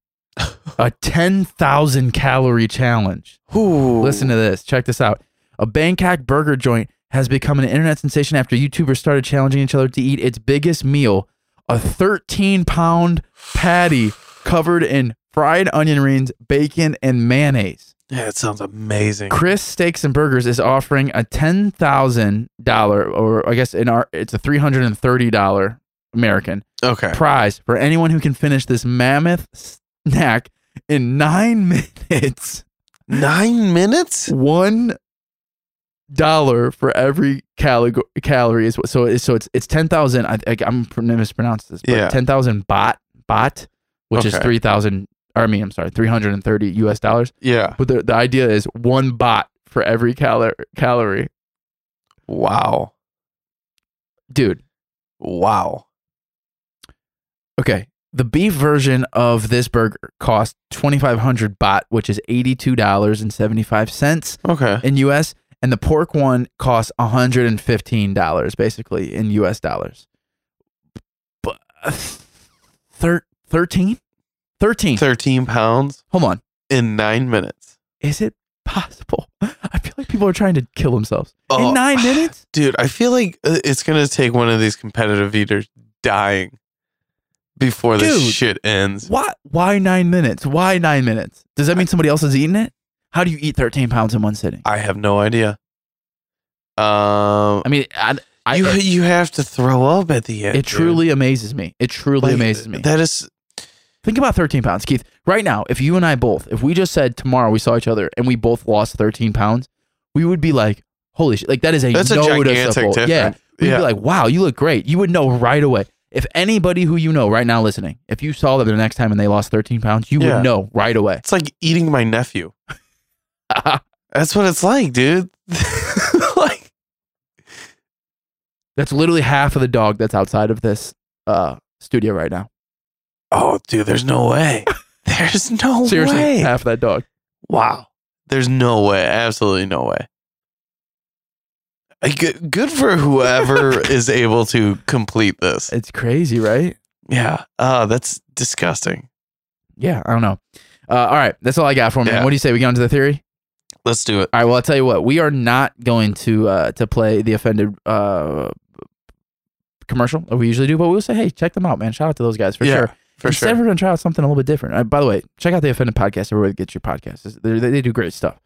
Speaker 2: a ten thousand calorie challenge.
Speaker 1: Ooh.
Speaker 2: Listen to this. Check this out. A Bangkok burger joint has become an internet sensation after YouTubers started challenging each other to eat its biggest meal, a 13 pound patty covered in fried onion rings, bacon, and mayonnaise.
Speaker 1: yeah, it sounds amazing.
Speaker 2: Chris Steaks and Burgers is offering a $10,000, or I guess in our, it's a $330 American
Speaker 1: Okay.
Speaker 2: prize for anyone who can finish this mammoth snack in nine *laughs* minutes
Speaker 1: Nine minutes?
Speaker 2: one dollar for every cali- calorie is what so it's so it's it's 10,000 I, I I'm pr- mispronounced this but
Speaker 1: Yeah.
Speaker 2: 10,000 baht baht which is
Speaker 1: Okay.
Speaker 2: 3,000 or I mean I'm sorry 330 US dollars
Speaker 1: Yeah.
Speaker 2: but the the idea is one baht for every calorie calorie
Speaker 1: Wow.
Speaker 2: dude
Speaker 1: Wow.
Speaker 2: okay the beef version of this burger cost 2500 baht which is $82.75
Speaker 1: Okay.
Speaker 2: in US and the pork one costs $115 basically in US dollars. But thir- 13? 13.
Speaker 1: Thirteen pounds
Speaker 2: Hold on.
Speaker 1: in nine minutes.
Speaker 2: Is it possible? *laughs* I feel like people are trying to kill themselves.
Speaker 1: Oh.
Speaker 2: In
Speaker 1: *sighs*
Speaker 2: 9 minutes?
Speaker 1: dude i feel like uh, it's gonna take one of these competitive eaters dying before this
Speaker 2: Dude.
Speaker 1: shit ends
Speaker 2: Why why 9 minutes? Why 9 minutes? Does that mean somebody else is eating it? How do you eat 13 pounds in one sitting?
Speaker 1: i have no idea um
Speaker 2: I mean, I, I-
Speaker 1: you,
Speaker 2: it,
Speaker 1: you have to throw up at the end
Speaker 2: it
Speaker 1: dude.
Speaker 2: truly amazes me. It truly
Speaker 1: Like,
Speaker 2: amazes me.
Speaker 1: that is
Speaker 2: Think about 13 pounds, Keith. Right now, if you and I both, if we just said tomorrow we saw each other and we both lost 13 pounds, we would be like, holy shit. Like, that is a
Speaker 1: that's a
Speaker 2: noticeable.
Speaker 1: gigantic difference
Speaker 2: Yeah. We'd
Speaker 1: yeah.
Speaker 2: be like, wow, you look great. You would know right away. If anybody who you know right now listening, if you saw them the next time and they lost 13 pounds, you
Speaker 1: Yeah.
Speaker 2: would know right away.
Speaker 1: it's like eating my
Speaker 2: *laughs*
Speaker 1: nephew that's what it's like dude *laughs* like
Speaker 2: That's literally half of the dog that's outside of this uh, studio right now.
Speaker 1: oh dude there's no
Speaker 2: *laughs*
Speaker 1: way there's no
Speaker 2: Seriously,
Speaker 1: way
Speaker 2: half that dog.
Speaker 1: Wow. There's no way. Absolutely no way. I- Good, good for
Speaker 2: *laughs*
Speaker 1: whoever is able to complete this.
Speaker 2: It's crazy, right?
Speaker 1: Yeah. Uh, that's disgusting.
Speaker 2: Yeah, I don't know. Uh, all right, that's all I got for me.
Speaker 1: Yeah.
Speaker 2: What do you say? We get on to the theory?
Speaker 1: Let's do it.
Speaker 2: All right. Well, I'll tell you what. We are not going to uh, to play the offended uh, commercial that we usually do, but we'll say, hey, check them out, man. Shout out to those guys for
Speaker 1: Yeah,
Speaker 2: sure.
Speaker 1: For
Speaker 2: Instead,
Speaker 1: sure.
Speaker 2: we're going to try out something a little bit different. Uh, by the way, check out the offended podcast. Everybody gets your podcasts. They, they do great stuff.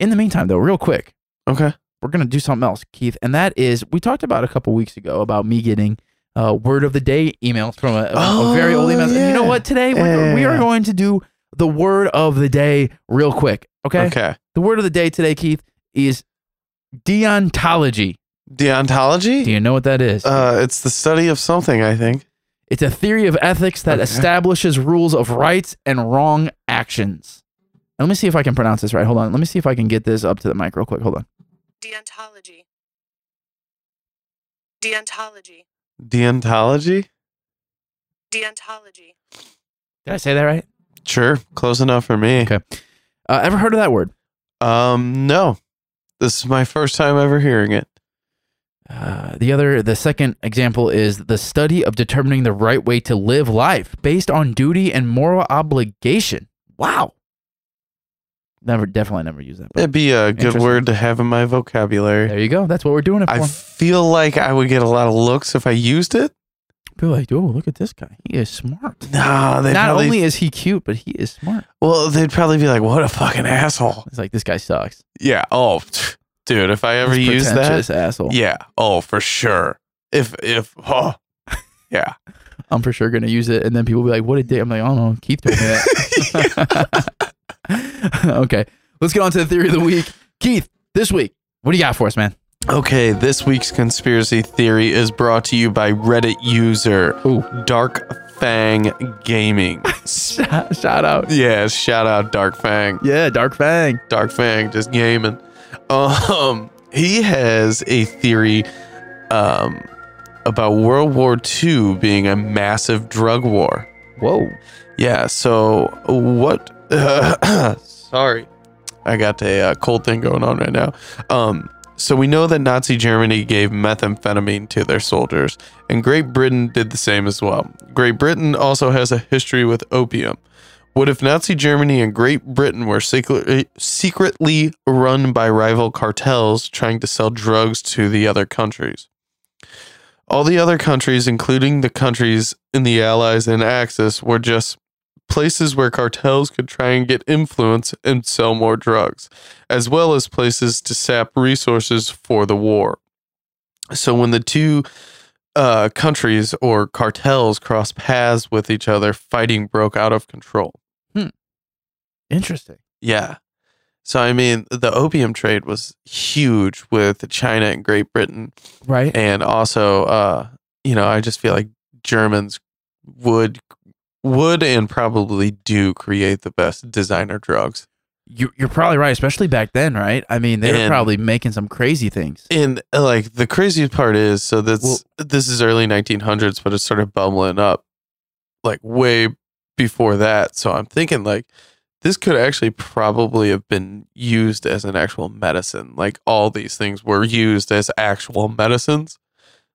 Speaker 2: In the meantime, though, real quick,
Speaker 1: Okay.
Speaker 2: we're going to do something else, Keith, and that is we talked about a couple weeks ago about me getting. Uh, word of the day emails from a, a- a very old
Speaker 1: Oh,
Speaker 2: email. And You know
Speaker 1: yeah.
Speaker 2: what? Today we're,
Speaker 1: Yeah, yeah,
Speaker 2: we are
Speaker 1: yeah.
Speaker 2: going to do the word of the day real quick.
Speaker 1: Okay.
Speaker 2: Okay. The word of the day today, Keith, is deontology.
Speaker 1: Deontology?
Speaker 2: Do you know what that is?
Speaker 1: uh, it's the study of something, I think.
Speaker 2: It's a theory of ethics that
Speaker 1: Okay.
Speaker 2: establishes rules of rights and wrong actions. And let me see if I can pronounce this right. Hold on. Let me see if I can get this up to the mic real quick. Hold on.
Speaker 4: Deontology. Deontology.
Speaker 1: Deontology?
Speaker 4: Deontology.
Speaker 2: Did I say that right?
Speaker 1: Sure. Close enough for me.
Speaker 2: Okay. Uh, ever heard of that word?
Speaker 1: Um, no. This is my first time ever hearing it.
Speaker 2: Uh, the other, the second example is the study of determining the right way to live life based on duty and moral obligation. Wow. Never, definitely never use that. but
Speaker 1: It'd be a good
Speaker 2: Interesting.
Speaker 1: word to have in my vocabulary.
Speaker 2: there you go. That's what we're doing it for.
Speaker 1: I feel like I would get a lot of looks if I used it.
Speaker 2: People are like, oh, look at this guy. He is smart.
Speaker 1: Nah, *laughs* they
Speaker 2: Not
Speaker 1: probably,
Speaker 2: only is he cute, but he is smart.
Speaker 1: well, they'd probably be like, "What a fucking asshole!"
Speaker 2: It's like this guy sucks.
Speaker 1: Yeah. Oh, pfft. dude, if I ever
Speaker 2: He's
Speaker 1: use that,
Speaker 2: pretentious asshole.
Speaker 1: yeah. Oh, for sure. If if oh, yeah.
Speaker 2: I'm for sure gonna use it, and then people be like, "What a dick!" I'm like, "I don't know." Keith told me that. *laughs* okay, let's get on to the theory of the week. Keith, this week, what do you got for us, man?
Speaker 1: Okay, this week's conspiracy theory is brought to you by Reddit user
Speaker 2: Ooh.
Speaker 1: Dark Fang
Speaker 2: *laughs*
Speaker 1: Gaming.
Speaker 2: Shout, shout out.
Speaker 1: yeah, shout out Dark Fang.
Speaker 2: Yeah, Dark Fang.
Speaker 1: Dark Fang just gaming. Um, *laughs* he has a theory um, about World War II being a massive drug war.
Speaker 2: Whoa.
Speaker 1: Yeah. So what? *coughs* sorry, I got a uh, cold thing going on right now. Um, so we know that Nazi Germany gave methamphetamine to their soldiers, and Great Britain did the same as well. Great Britain also has a history with opium. What if Nazi Germany and Great Britain were secretly, secretly run by rival cartels trying to sell drugs to the other countries? All the other countries, including the countries in the Allies and Axis, were just places where cartels could try and get influence and sell more drugs, as well as places to sap resources for the war. So when the two uh, countries or cartels crossed paths with each other, fighting broke out of control.
Speaker 2: Interesting.
Speaker 1: Yeah. So I mean, the opium trade was huge with China and Great Britain,
Speaker 2: Right.
Speaker 1: and also, uh, you know, I just feel like Germans would would and probably do create the best designer drugs.
Speaker 2: You, you're probably right, especially back then, right? I mean, they were
Speaker 1: And-
Speaker 2: probably making some crazy things.
Speaker 1: And uh, like the craziest part is, so this this is early 1900s, but it started bubbling up like way before that. So I'm thinking like this could actually probably have been used as an actual medicine. Like all these things were used as actual medicines.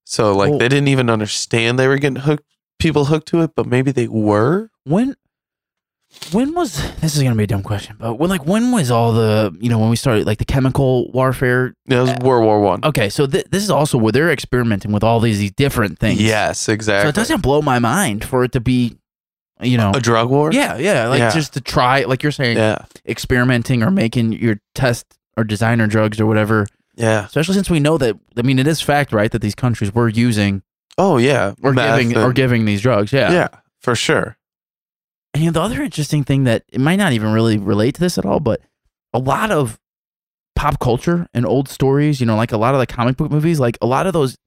Speaker 1: So like
Speaker 2: Well-
Speaker 1: they didn't even understand they were getting hooked people hooked to it, but maybe they were.
Speaker 2: when when was this is gonna be a dumb question but when like when was all the you know when we started like the chemical warfare
Speaker 1: That was
Speaker 2: Uh,
Speaker 1: World War One.
Speaker 2: okay so th- this is also where they're experimenting with all these, these different things
Speaker 1: Yes,
Speaker 2: so it
Speaker 1: exactly.
Speaker 2: doesn't blow my mind for it to be you know
Speaker 1: a drug war?
Speaker 2: yeah yeah like
Speaker 1: Yeah.
Speaker 2: just to try like you're saying
Speaker 1: Yeah.
Speaker 2: experimenting or making your test or designer drugs or whatever
Speaker 1: Yeah.
Speaker 2: especially since we know that i mean it is fact right that these countries were using
Speaker 1: Oh yeah.
Speaker 2: or
Speaker 1: Meth
Speaker 2: giving
Speaker 1: and-
Speaker 2: or giving these drugs yeah
Speaker 1: yeah, for sure.
Speaker 2: And you know, the other interesting thing that it might not even really relate to this at all, but a lot of pop culture and old stories, you know, like a lot of the comic book movies, like a lot of those,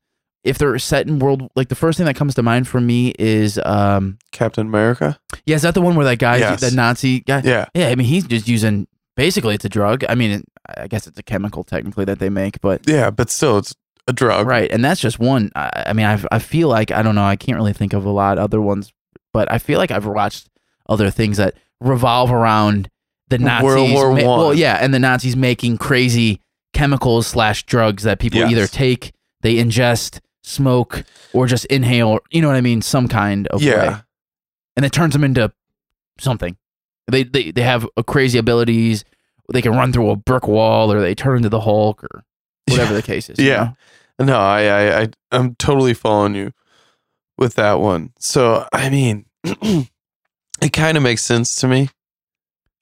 Speaker 2: if they're set in world, like the first thing that comes to mind for me is, um,
Speaker 1: Captain America.
Speaker 2: yeah, is that the one where that guy,
Speaker 1: Yes.
Speaker 2: that Nazi guy?
Speaker 1: Yeah.
Speaker 2: Yeah, I mean, he's just using, basically, it's a drug. I mean, it, I guess it's a chemical technically that they make, but
Speaker 1: Yeah, but still, it's a drug.
Speaker 2: Right, and that's just one. I, I mean, I I feel like I don't know. I can't really think of a lot other ones, but I feel like I've watched other things that revolve around the Nazis.
Speaker 1: World War
Speaker 2: ma-
Speaker 1: One.
Speaker 2: Well, yeah, and the Nazis making crazy chemicals slash drugs that people
Speaker 1: Yes.
Speaker 2: either take, they ingest, smoke, or just inhale. You know what I mean? Some kind of way,
Speaker 1: Yeah.
Speaker 2: and it turns them into something. They they they have a crazy abilities. They can run through a brick wall, or they turn into the Hulk, or whatever the case is. you
Speaker 1: Yeah.
Speaker 2: know?
Speaker 1: No, I, I, I, I'm totally following you with that one. So, I mean, *clears throat* it kind of makes sense to me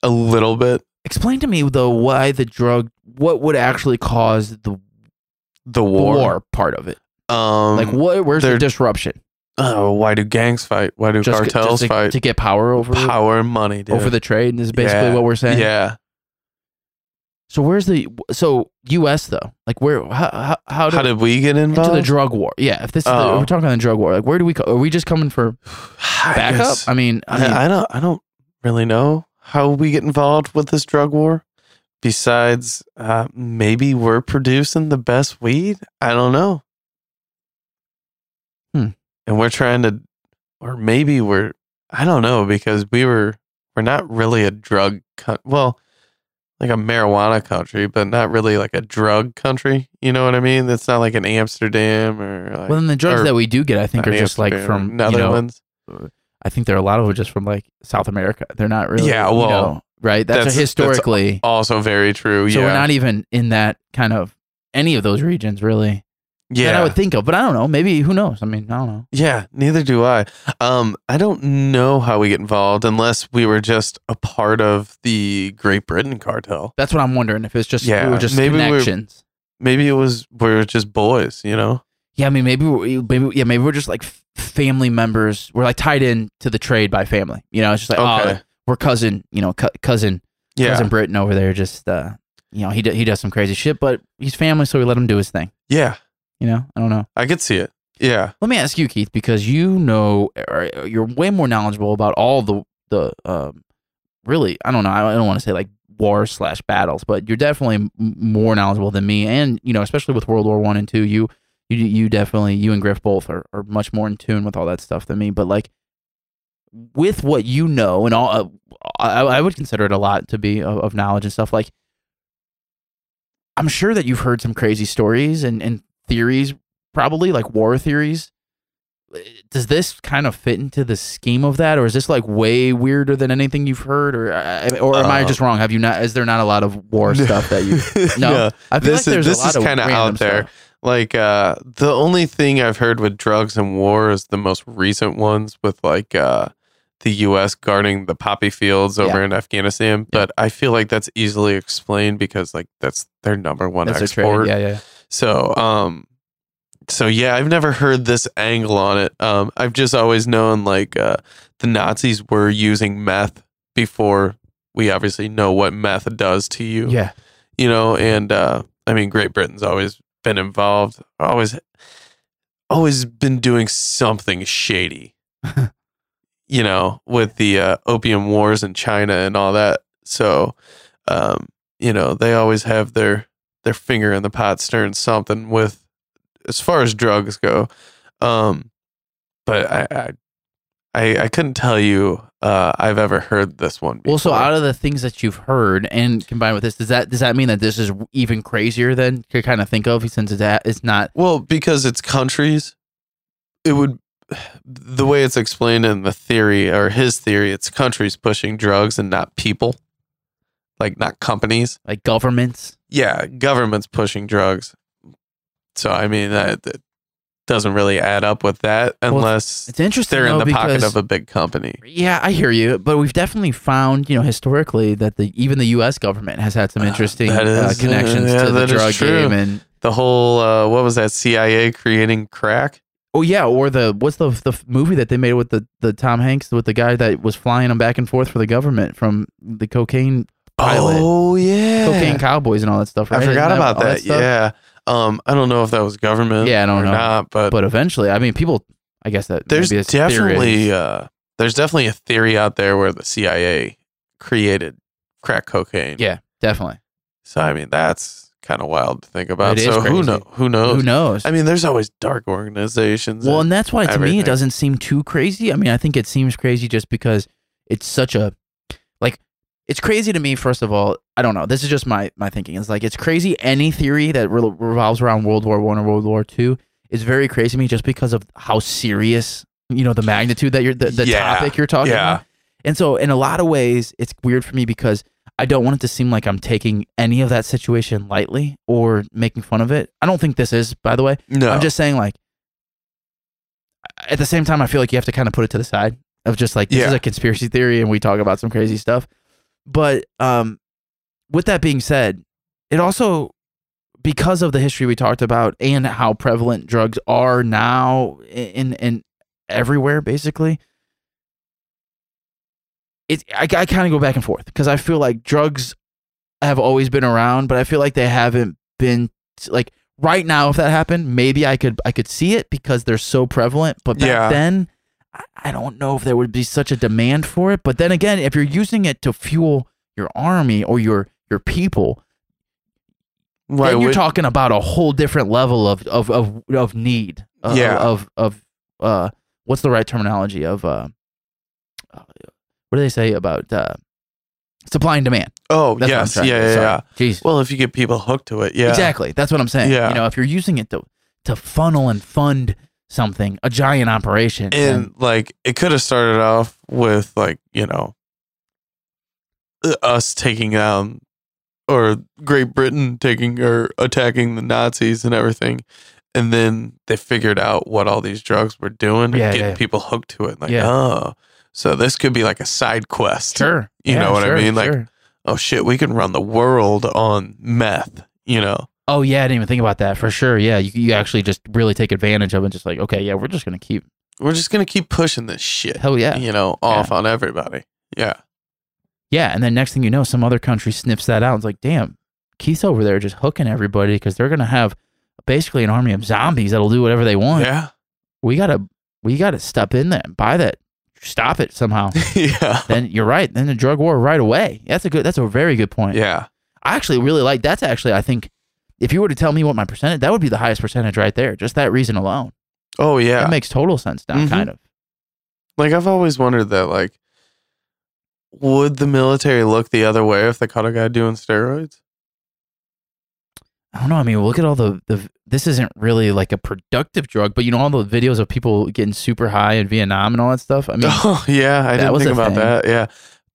Speaker 1: a little bit.
Speaker 2: explain to me though why the drug what would actually cause the the
Speaker 1: The
Speaker 2: war,
Speaker 1: war.
Speaker 2: part of it
Speaker 1: Um,
Speaker 2: like what where's the
Speaker 1: they're-
Speaker 2: disruption
Speaker 1: Oh, why do gangs fight? Why do
Speaker 2: Just-
Speaker 1: cartels
Speaker 2: just to,
Speaker 1: fight?
Speaker 2: to get power over
Speaker 1: Power and money, dude.
Speaker 2: over the trade is basically
Speaker 1: Yeah.
Speaker 2: what we're saying
Speaker 1: Yeah.
Speaker 2: So where's the so U.S. though? Like where? How how, how, do,
Speaker 1: How did we get
Speaker 2: into
Speaker 1: involved?
Speaker 2: the drug war? Yeah, if this is the,
Speaker 1: Oh.
Speaker 2: we're talking the drug war, like where do we? co- Are we just coming for
Speaker 1: *sighs* I
Speaker 2: backup?
Speaker 1: guess-
Speaker 2: I mean, I mean,
Speaker 1: I, I don't. I don't really know how we get involved with this drug war. Besides, uh, maybe we're producing the best weed. I don't know.
Speaker 2: Hmm.
Speaker 1: And we're trying to, or maybe we're. I don't know because we were. We're not really a drug. Co- well, like a marijuana country, but not really like a drug country. You know what I mean? That's not like an Amsterdam or like.
Speaker 2: well, then the drugs
Speaker 1: or-
Speaker 2: that we do get, I think,
Speaker 1: not
Speaker 2: are just like
Speaker 1: Amsterdam,
Speaker 2: from you know,
Speaker 1: Netherlands.
Speaker 2: I think there are a lot of them just from like South America. They're not really.
Speaker 1: Yeah,
Speaker 2: you
Speaker 1: well,
Speaker 2: know, right. That's,
Speaker 1: that's-
Speaker 2: a historically.
Speaker 1: also very true.
Speaker 2: so
Speaker 1: Oh, yeah.
Speaker 2: we're not e, even in that kind of any of those regions really
Speaker 1: yeah.
Speaker 2: that I would think of. But I don't know. Maybe who knows? I mean, I don't know.
Speaker 1: Yeah, neither do I. Um, I don't know how we get involved unless we were just a part of the Great Britain cartel.
Speaker 2: That's what I'm wondering. If it's just
Speaker 1: Yeah,
Speaker 2: we were just
Speaker 1: maybe we're-
Speaker 2: connections.
Speaker 1: Maybe it was we were just boys, you know?
Speaker 2: yeah, I mean, maybe we maybe yeah, maybe we're just like f- family members. We're like tied in to the trade by family. You know, it's just like oh,
Speaker 1: Okay.
Speaker 2: we're cousin. You know, cu- cousin
Speaker 1: Yeah,
Speaker 2: cousin Britain over there. Just uh, you know, he d- he does some crazy shit, but he's family, so we let him do his thing.
Speaker 1: yeah,
Speaker 2: You know, I don't know.
Speaker 1: I could see it. Yeah,
Speaker 2: Let me ask you, Keith, because you know, or you're way more knowledgeable about all the the um, really. I don't know. I don't want to say like wars slash battles, but you're definitely m- more knowledgeable than me. And you know, especially with World War One and Two, you you you definitely you and Griff both are, are much more in tune with all that stuff than me. But like with what you know and all, uh, I, I would consider it a lot to be of, of knowledge and stuff. Like I'm sure that you've heard some crazy stories and and theories probably like war theories. Uh, Does this kind of fit into the scheme of that, or is this like way weirder than anything you've heard, or I- or am I
Speaker 1: Uh,
Speaker 2: just wrong? Have you not? Is there not a lot
Speaker 1: *laughs*
Speaker 2: of war stuff that you? No,
Speaker 1: Yeah.
Speaker 2: I feel
Speaker 1: This
Speaker 2: like
Speaker 1: is-
Speaker 2: there's
Speaker 1: this
Speaker 2: a lot
Speaker 1: is
Speaker 2: of
Speaker 1: kinda out
Speaker 2: random
Speaker 1: there.
Speaker 2: stuff.
Speaker 1: Like uh, the only thing I've heard with drugs and war is the most recent ones with like uh, the U.S. guarding the poppy fields over in Afghanistan. But I feel like that's easily explained because like that's their number one
Speaker 2: That's a trade.
Speaker 1: export.
Speaker 2: Yeah, yeah.
Speaker 1: So, um, so yeah, I've never heard this angle on it. Um, I've just always known like uh, the Nazis were using meth before we obviously know what meth does to you.
Speaker 2: Yeah.
Speaker 1: You know, and uh, I mean, Great Britain's always been involved, always, always been doing something
Speaker 2: *laughs*
Speaker 1: shady. you know, with the uh, opium wars in China and all that. So, um, you know, they always have their their finger in the pot stirring something with as far as drugs go um but i i i, I couldn't tell you uh i've ever heard this one before.
Speaker 2: Well, so out of the things that you've heard and combined with this, does that does that mean that this is even crazier than to kind of think of since it's at, it's not?
Speaker 1: well because it's countries it would the way it's explained in the theory or his theory it's countries pushing drugs and not people like not companies
Speaker 2: Like governments,
Speaker 1: yeah, government's pushing drugs. So I mean that, that doesn't really add up with that
Speaker 2: Well,
Speaker 1: unless
Speaker 2: it's interesting.
Speaker 1: they're in
Speaker 2: though,
Speaker 1: the pocket
Speaker 2: because-
Speaker 1: of a big company.
Speaker 2: Yeah, I hear you, but we've definitely found, you know, historically that the even the U.S. government has had some
Speaker 1: Uh,
Speaker 2: interesting
Speaker 1: that
Speaker 2: uh,
Speaker 1: is-
Speaker 2: connections
Speaker 1: yeah,
Speaker 2: to the
Speaker 1: that is
Speaker 2: drug
Speaker 1: true.
Speaker 2: game, and
Speaker 1: The whole uh, what was that CIA creating crack?
Speaker 2: oh yeah, or the what's the the movie that they made with the the Tom Hanks with the guy that was flying him back and forth for the government from the cocaine Pilot.
Speaker 1: Oh yeah,
Speaker 2: cocaine cowboys and all that stuff.
Speaker 1: I
Speaker 2: right?
Speaker 1: forgot
Speaker 2: Isn't
Speaker 1: about
Speaker 2: all
Speaker 1: that.
Speaker 2: stuff?
Speaker 1: yeah, um, I don't know if that was government.
Speaker 2: Yeah, I don't
Speaker 1: or
Speaker 2: know.
Speaker 1: Not, but,
Speaker 2: but eventually, I mean, people, I guess that
Speaker 1: there's
Speaker 2: maybe it's
Speaker 1: definitely
Speaker 2: theory.
Speaker 1: uh, there's definitely a theory out there where the CIA created crack cocaine.
Speaker 2: yeah, definitely.
Speaker 1: So I mean that's kind of wild to think about.
Speaker 2: It is
Speaker 1: so who
Speaker 2: crazy.
Speaker 1: know? Who knows?
Speaker 2: Who knows?
Speaker 1: oh, I mean, there's always dark organizations.
Speaker 2: Well,
Speaker 1: and-
Speaker 2: and that's why to me
Speaker 1: everything.
Speaker 2: it doesn't seem too crazy. I mean, I think it seems crazy just because it's such a like it's crazy to me. First of all, I don't know. This is just my my thinking. It's like it's crazy. Any theory that re- revolves around World War One or World War Two is very crazy to me, just because of how serious you know the magnitude that you're the, the
Speaker 1: Yeah.
Speaker 2: topic you're talking
Speaker 1: Yeah.
Speaker 2: about. And so, in a lot of ways, it's weird for me because I don't want it to seem like I'm taking any of that situation lightly or making fun of it. I don't think this is, by the way.
Speaker 1: no,
Speaker 2: I'm just saying, like, at the same time, I feel like you have to kind of put it to the side of just like this is
Speaker 1: Yeah.
Speaker 2: a conspiracy theory, and we talk about some crazy stuff. But um, with that being said, it also because of the history we talked about and how prevalent drugs are now in in everywhere, basically. It, I, I kind of go back and forth because I feel like drugs have always been around, but I feel like they haven't been like right now. If that happened, maybe I could I could see it because they're so prevalent. But back
Speaker 1: Yeah.
Speaker 2: then, I, I don't know if there would be such a demand for it. But then again, if you're using it to fuel your army or your your people,
Speaker 1: Why
Speaker 2: then you're
Speaker 1: would-
Speaker 2: talking about a whole different level of of of, of need. Uh,
Speaker 1: Yeah.
Speaker 2: Of of uh, what's the right terminology of uh, uh, what do they say about uh, supply and demand?
Speaker 1: oh
Speaker 2: That's
Speaker 1: yes,
Speaker 2: what
Speaker 1: yeah,
Speaker 2: I'm trying to
Speaker 1: yeah,
Speaker 2: say.
Speaker 1: yeah.
Speaker 2: Sorry. Jeez.
Speaker 1: Well, if you get people hooked to it, yeah,
Speaker 2: Exactly. That's what I'm saying.
Speaker 1: Yeah.
Speaker 2: You know, if you're using it to to funnel and fund something, a giant operation.
Speaker 1: And
Speaker 2: then-
Speaker 1: like it could have started off with like you know us taking down or Great Britain taking or attacking the Nazis and everything. And then they figured out what all these drugs were doing, and
Speaker 2: Yeah,
Speaker 1: getting
Speaker 2: yeah.
Speaker 1: people hooked to it. Like,
Speaker 2: Yeah.
Speaker 1: oh, so this could be like a side quest.
Speaker 2: sure.
Speaker 1: You
Speaker 2: Yeah,
Speaker 1: know what I
Speaker 2: sure,
Speaker 1: mean? Like,
Speaker 2: sure.
Speaker 1: oh shit, we can run the world on meth. You know?
Speaker 2: oh yeah, I didn't even think about that for sure. Yeah, you, you actually just really take advantage of it. Just like, okay, yeah, we're just gonna keep.
Speaker 1: We're just gonna keep pushing this shit.
Speaker 2: Hell yeah.
Speaker 1: You know, off on everybody. Yeah.
Speaker 2: Yeah, and then next thing you know, some other country sniffs that out and it's like, damn, Keith's over there just hooking everybody because they're gonna have basically an army of zombies that'll do whatever they want.
Speaker 1: Yeah. *laughs*
Speaker 2: We gotta we gotta step in there, and buy that, stop
Speaker 1: *laughs*
Speaker 2: it somehow.
Speaker 1: yeah.
Speaker 2: then you're right. Then the drug war right away. That's a good. That's a very good point.
Speaker 1: Yeah.
Speaker 2: I actually really like. That's actually I think if you were to tell me what my percentage, that would be the highest percentage right there. Just that reason alone.
Speaker 1: Oh
Speaker 2: It
Speaker 1: yeah.
Speaker 2: makes total sense now.
Speaker 1: Mhm.
Speaker 2: Kind of.
Speaker 1: like I've always wondered that like would the military look the other way if they caught a guy doing steroids?
Speaker 2: I don't know. I mean, look at all the the. This isn't really like a productive drug, but you know all the videos of people getting super high in Vietnam and all that stuff. I mean,
Speaker 1: *laughs* oh yeah, I
Speaker 2: Mm. that
Speaker 1: didn't
Speaker 2: was
Speaker 1: think
Speaker 2: a
Speaker 1: about
Speaker 2: thing.
Speaker 1: that. Yeah.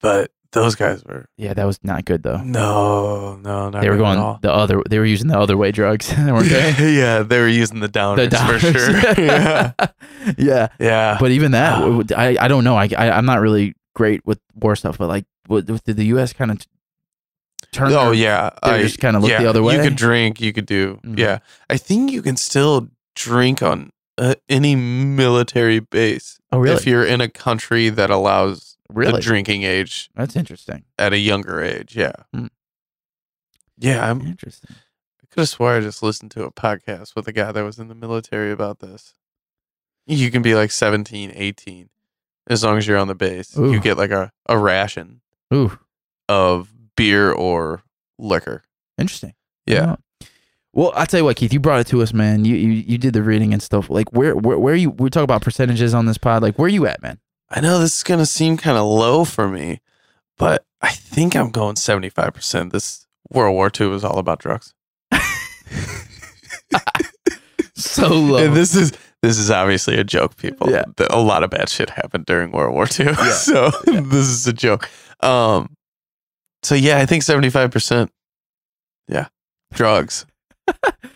Speaker 1: But those guys were
Speaker 2: yeah, that was not good though.
Speaker 1: no, no, not
Speaker 2: Oh. they were
Speaker 1: good at
Speaker 2: going *laughs*
Speaker 1: all.
Speaker 2: the other. They were using the other way drugs, *laughs* weren't they?
Speaker 1: *laughs* yeah, they were using the downers,
Speaker 2: *laughs* The
Speaker 1: for
Speaker 2: dollars.
Speaker 1: sure. *laughs* yeah.
Speaker 2: *laughs* yeah.
Speaker 1: Yeah.
Speaker 2: but even that,
Speaker 1: Ah.
Speaker 2: w- w- I, I don't know. I, I am not really great with war stuff, but like, what, what did the U.S. kind of turn?
Speaker 1: oh
Speaker 2: their-
Speaker 1: yeah.
Speaker 2: they
Speaker 1: I-
Speaker 2: just kind of look the other way.
Speaker 1: You could drink, you could do.
Speaker 2: Mhm.
Speaker 1: Yeah. I think you can still drink on uh, any military base
Speaker 2: oh
Speaker 1: if you're in a country that allows the
Speaker 2: Really?
Speaker 1: drinking age
Speaker 2: That's interesting.
Speaker 1: at a younger age. Yeah.
Speaker 2: Hmm.
Speaker 1: Yeah, I'm, I
Speaker 2: Interesting.
Speaker 1: could have swore I just listened to a podcast with a guy that was in the military about this. You can be like 17, 18. As long as you're on the base,
Speaker 2: Ooh.
Speaker 1: you get like a, a ration
Speaker 2: Ooh,
Speaker 1: of beer or liquor.
Speaker 2: interesting.
Speaker 1: Yeah.
Speaker 2: Oh. Well, I tell you what, Keith, you brought it to us, man. You you, you did the reading and stuff. Like, where where where you? We talk about percentages on this pod. Like, where you
Speaker 1: *laughs*
Speaker 2: at, man?
Speaker 1: I know this is going to seem kind of low for me, but I think I'm going 75%. This World War II was all about drugs.
Speaker 2: So low.
Speaker 1: And this is this is obviously a joke, people.
Speaker 2: Yeah.
Speaker 1: Th- A lot of bad shit happened during World War II. *laughs* So this is a joke. Um so yeah, I think seventy five percent. Yeah.
Speaker 2: *laughs*
Speaker 1: Drugs.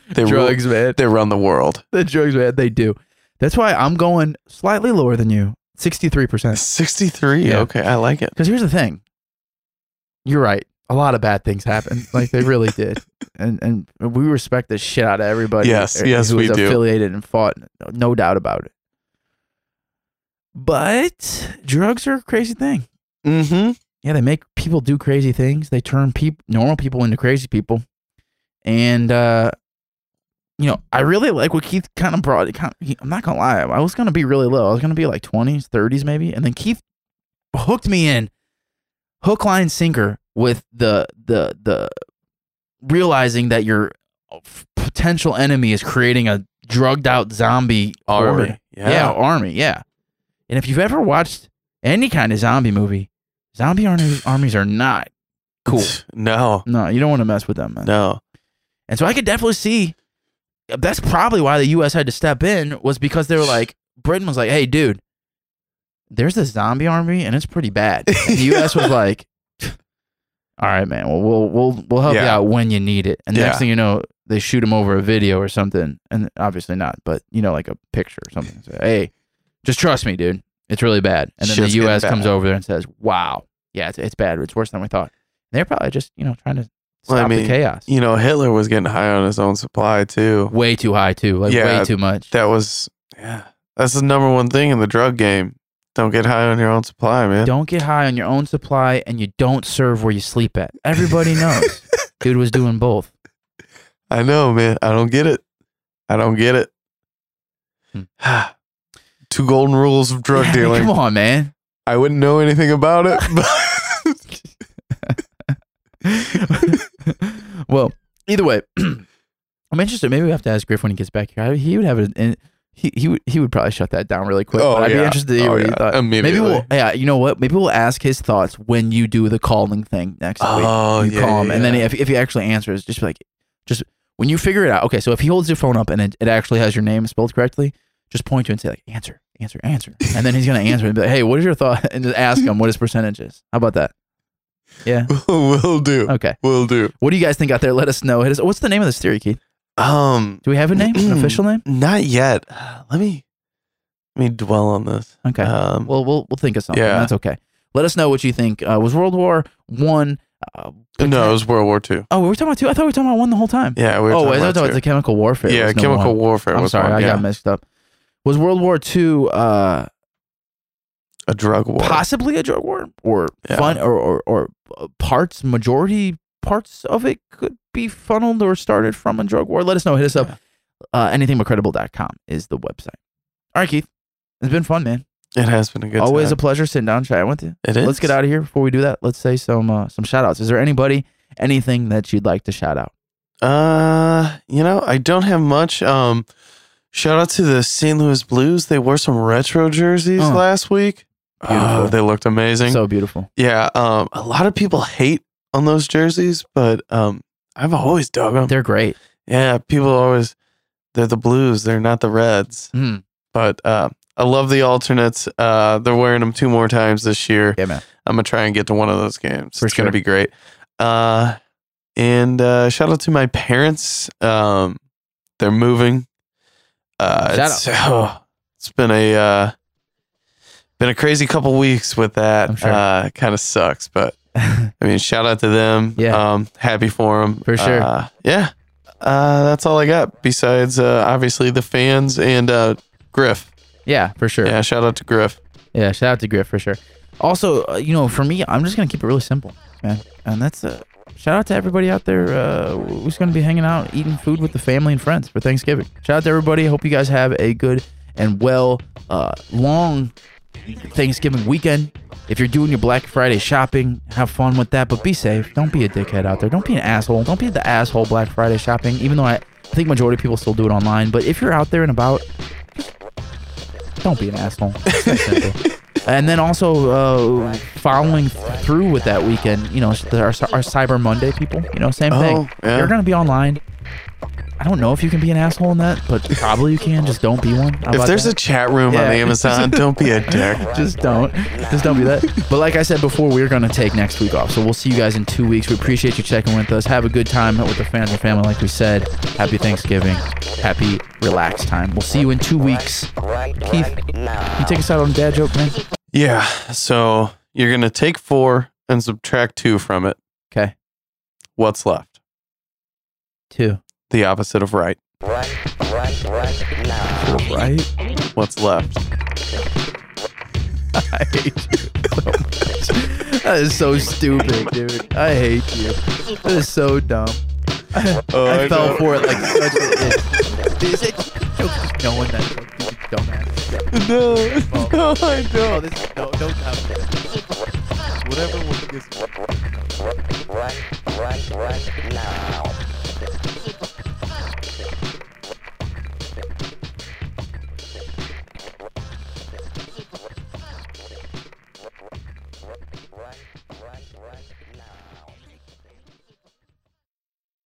Speaker 1: they rule,
Speaker 2: drugs, man.
Speaker 1: they run the world.
Speaker 2: The drugs, man. They do. That's why I'm going slightly lower than you. Sixty three percent.
Speaker 1: Sixty three.
Speaker 2: Yeah.
Speaker 1: Okay, I like it.
Speaker 2: Because here's the thing. You're right. A lot of bad things happened. Like they really
Speaker 1: *laughs*
Speaker 2: did, and and we respect the shit out of everybody.
Speaker 1: Yes,
Speaker 2: who
Speaker 1: yes,
Speaker 2: was
Speaker 1: we do.
Speaker 2: Affiliated and fought, no doubt about it. But drugs are a crazy thing.
Speaker 1: Mm-hmm.
Speaker 2: Yeah, they make people do crazy things. They turn peop- normal people into crazy people, and uh, you know, I really like what Keith kind of brought. Kind I'm not gonna lie, I was gonna be really low. I was gonna be like 20s, 30s maybe, and then Keith hooked me in, hook, line, sinker with the the the realizing that your uh, potential enemy is creating a drugged out zombie horde.
Speaker 1: Army.
Speaker 2: Yeah. army. Yeah. And if you've ever watched any kind of zombie movie, zombie armies, armies are not cool.
Speaker 1: *laughs* No.
Speaker 2: No, you don't want to mess with them, man.
Speaker 1: No.
Speaker 2: And so I could definitely see that's probably why the U.S. had to step in was because they were like Britain was like, "Hey, dude, there's this zombie army and it's pretty bad."
Speaker 1: *laughs*
Speaker 2: And the U.S. was like, "All right, man, well, we'll we'll we'll help you
Speaker 1: Yeah.
Speaker 2: out when you need it." And the next
Speaker 1: Yeah.
Speaker 2: thing you know, they shoot him over a video or something, and obviously not, but you know, like a picture or something. Say, hey, just trust me, dude. It's really bad. And then
Speaker 1: Shit's
Speaker 2: the
Speaker 1: getting
Speaker 2: U.S. comes
Speaker 1: bad.
Speaker 2: over there and says, "Wow, yeah, it's it's bad. It's worse than we thought." And they're probably just you know trying to stop
Speaker 1: Well, I
Speaker 2: the
Speaker 1: mean,
Speaker 2: chaos
Speaker 1: You know, Hitler was getting high on his own supply too.
Speaker 2: way too high too, like
Speaker 1: Yeah.
Speaker 2: way too much.
Speaker 1: That was yeah. That's the number one thing in the drug game Don't get high on your own supply, man.
Speaker 2: Don't get high on your own supply and you don't serve where you sleep at.
Speaker 1: *laughs*
Speaker 2: Everybody knows. Dude was doing both.
Speaker 1: I know, man. I don't get it. I don't get it. *sighs* Two golden rules of drug dealing.
Speaker 2: Hmm. *laughs* Come on, man. *laughs*
Speaker 1: I wouldn't know anything about it. But
Speaker 2: well, either way, *clears throat* I'm interested. Maybe we have to ask Griff when he gets back here. I- He would have it. He he would he would probably shut that down really quick.
Speaker 1: Oh,
Speaker 2: but I'd be
Speaker 1: yeah.
Speaker 2: interested to hear
Speaker 1: Oh,
Speaker 2: what he
Speaker 1: yeah.
Speaker 2: thought. Maybe
Speaker 1: Immediately.
Speaker 2: we'll yeah. You know what? Maybe we'll ask his thoughts when you do the calling thing next week.
Speaker 1: oh,
Speaker 2: You call him, and then if if he actually answers, just be like just when you figure it out. Okay, so if he holds your phone up and it, it actually has your name spelled correctly, just point to it and say like answer, answer, answer, and then he's gonna answer and be like, hey, what is your thought? *laughs* And just ask him what his percentage is. How about that? Yeah.
Speaker 1: *laughs* we'll do.
Speaker 2: Okay.
Speaker 1: We'll do.
Speaker 2: What do you guys think out there? Let us know. Hit us. What's the name of this theory, Keith?
Speaker 1: Um,
Speaker 2: Do we have a
Speaker 1: *clears throat*
Speaker 2: name? an official name?
Speaker 1: not yet. *sighs* Let me let me dwell on this.
Speaker 2: Okay.
Speaker 1: Um,
Speaker 2: well, we'll we'll think of something.
Speaker 1: yeah.
Speaker 2: That's okay. Let us know what you think. Uh, was World War One? Uh,
Speaker 1: no, it was World War Two.
Speaker 2: oh, we were talking about two. I thought we were talking about one the whole time.
Speaker 1: Yeah, we were
Speaker 2: oh,
Speaker 1: talking
Speaker 2: I thought
Speaker 1: about
Speaker 2: it was
Speaker 1: two.
Speaker 2: the chemical warfare.
Speaker 1: yeah,
Speaker 2: was number
Speaker 1: chemical
Speaker 2: one.
Speaker 1: warfare.
Speaker 2: I'm
Speaker 1: was
Speaker 2: sorry,
Speaker 1: one,
Speaker 2: I
Speaker 1: yeah.
Speaker 2: got mixed up. Was World War Two uh,
Speaker 1: a drug war.
Speaker 2: possibly a drug war, or
Speaker 1: Yeah.
Speaker 2: fun, or, or or uh, parts majority parts of it could be funneled or started from a drug war? Let us know. Hit us up. Uh, anythingbutcredible.com is the website. All right, Keith. It's been fun, man.
Speaker 1: it has been a good.
Speaker 2: Always
Speaker 1: time.
Speaker 2: a pleasure sitting down, chatting with you.
Speaker 1: It is.
Speaker 2: Let's get out of here before we do that. Let's say some uh, some shout outs. Is there anybody, anything that you'd like to shout out?
Speaker 1: Uh, you know, I don't have much. Um, shout out to the St. Louis Blues. They wore some retro jerseys
Speaker 2: Uh.
Speaker 1: last week.
Speaker 2: Beautiful.
Speaker 1: Oh, they looked amazing.
Speaker 2: So beautiful.
Speaker 1: yeah. Um, a lot of people hate on those jerseys, but um, I've always dug them.
Speaker 2: They're great.
Speaker 1: yeah, people always they're the Blues. They're not the Reds.
Speaker 2: Mm.
Speaker 1: But uh, I love the alternates. Uh, they're wearing them two more times this year.
Speaker 2: Yeah, man.
Speaker 1: I'm gonna try and get to one of those games.
Speaker 2: For
Speaker 1: it's gonna
Speaker 2: sure.
Speaker 1: be great. Uh, and uh, shout out to my parents. Um, they're moving. Uh,
Speaker 2: Shout
Speaker 1: it's, oh, *sighs* it's been a uh, been a crazy couple weeks with
Speaker 2: I'm
Speaker 1: that.
Speaker 2: sure.
Speaker 1: Uh, kind of sucks,
Speaker 2: *laughs*
Speaker 1: but I mean, shout out to them.
Speaker 2: Yeah.
Speaker 1: um, happy for them
Speaker 2: For sure.
Speaker 1: Uh, yeah, uh, that's all I got. Besides, uh, obviously the fans and uh, Griff.
Speaker 2: yeah, for sure.
Speaker 1: Yeah, shout out to Griff.
Speaker 2: Yeah, shout out to Griff for sure. Also, uh, you know, for me, I'm just gonna keep it really simple, man. And that's uh, shout out to everybody out there uh, who's gonna be hanging out, eating food with the family and friends for Thanksgiving. Shout out to everybody. Hope you guys have a good and well uh, long Thanksgiving weekend. If you're doing your Black Friday shopping, have fun with that, but be safe. Don't be a dickhead out there. Don't be an asshole. Don't be the asshole Black Friday shopping. Even though I, I think majority of people still do it online, but if you're out there and about, don't be an asshole. It's that
Speaker 1: *laughs*
Speaker 2: simple. and then also uh, following th- through with that weekend, you know, s- our, our Cyber Monday people, you know, same
Speaker 1: Oh,
Speaker 2: thing.
Speaker 1: yeah.
Speaker 2: You're gonna be online. I don't know if you can be an asshole in that, but probably you can. Just don't be one. How
Speaker 1: If
Speaker 2: about
Speaker 1: there's
Speaker 2: that?
Speaker 1: a chat room
Speaker 2: Yeah.
Speaker 1: on
Speaker 2: *laughs*
Speaker 1: Amazon, don't be a dick.
Speaker 2: just don't just don't do that but like i said before we're gonna take next week off so we'll see you guys in two weeks we appreciate you checking with us have a good time with the fans and family like we said happy thanksgiving happy relaxed time we'll see you in two weeks keith you take us out on a dad joke man
Speaker 1: Yeah. So you're going to take four and subtract two from it.
Speaker 2: okay
Speaker 1: What's left?
Speaker 2: two
Speaker 1: The opposite of right.
Speaker 2: right *laughs*
Speaker 1: What's left?
Speaker 2: I hate you so much. That is so stupid, dude. I hate you. That is so dumb. Uh, I,
Speaker 1: Oh, I
Speaker 2: fell
Speaker 1: know.
Speaker 2: for it
Speaker 1: *laughs*
Speaker 2: *laughs* like such an idiot. Is it just knowing that joke, you dumbass?
Speaker 1: No,
Speaker 2: no,
Speaker 1: I
Speaker 2: Oh, this is no, no time for this. Whatever one gets
Speaker 5: Right, right, right now.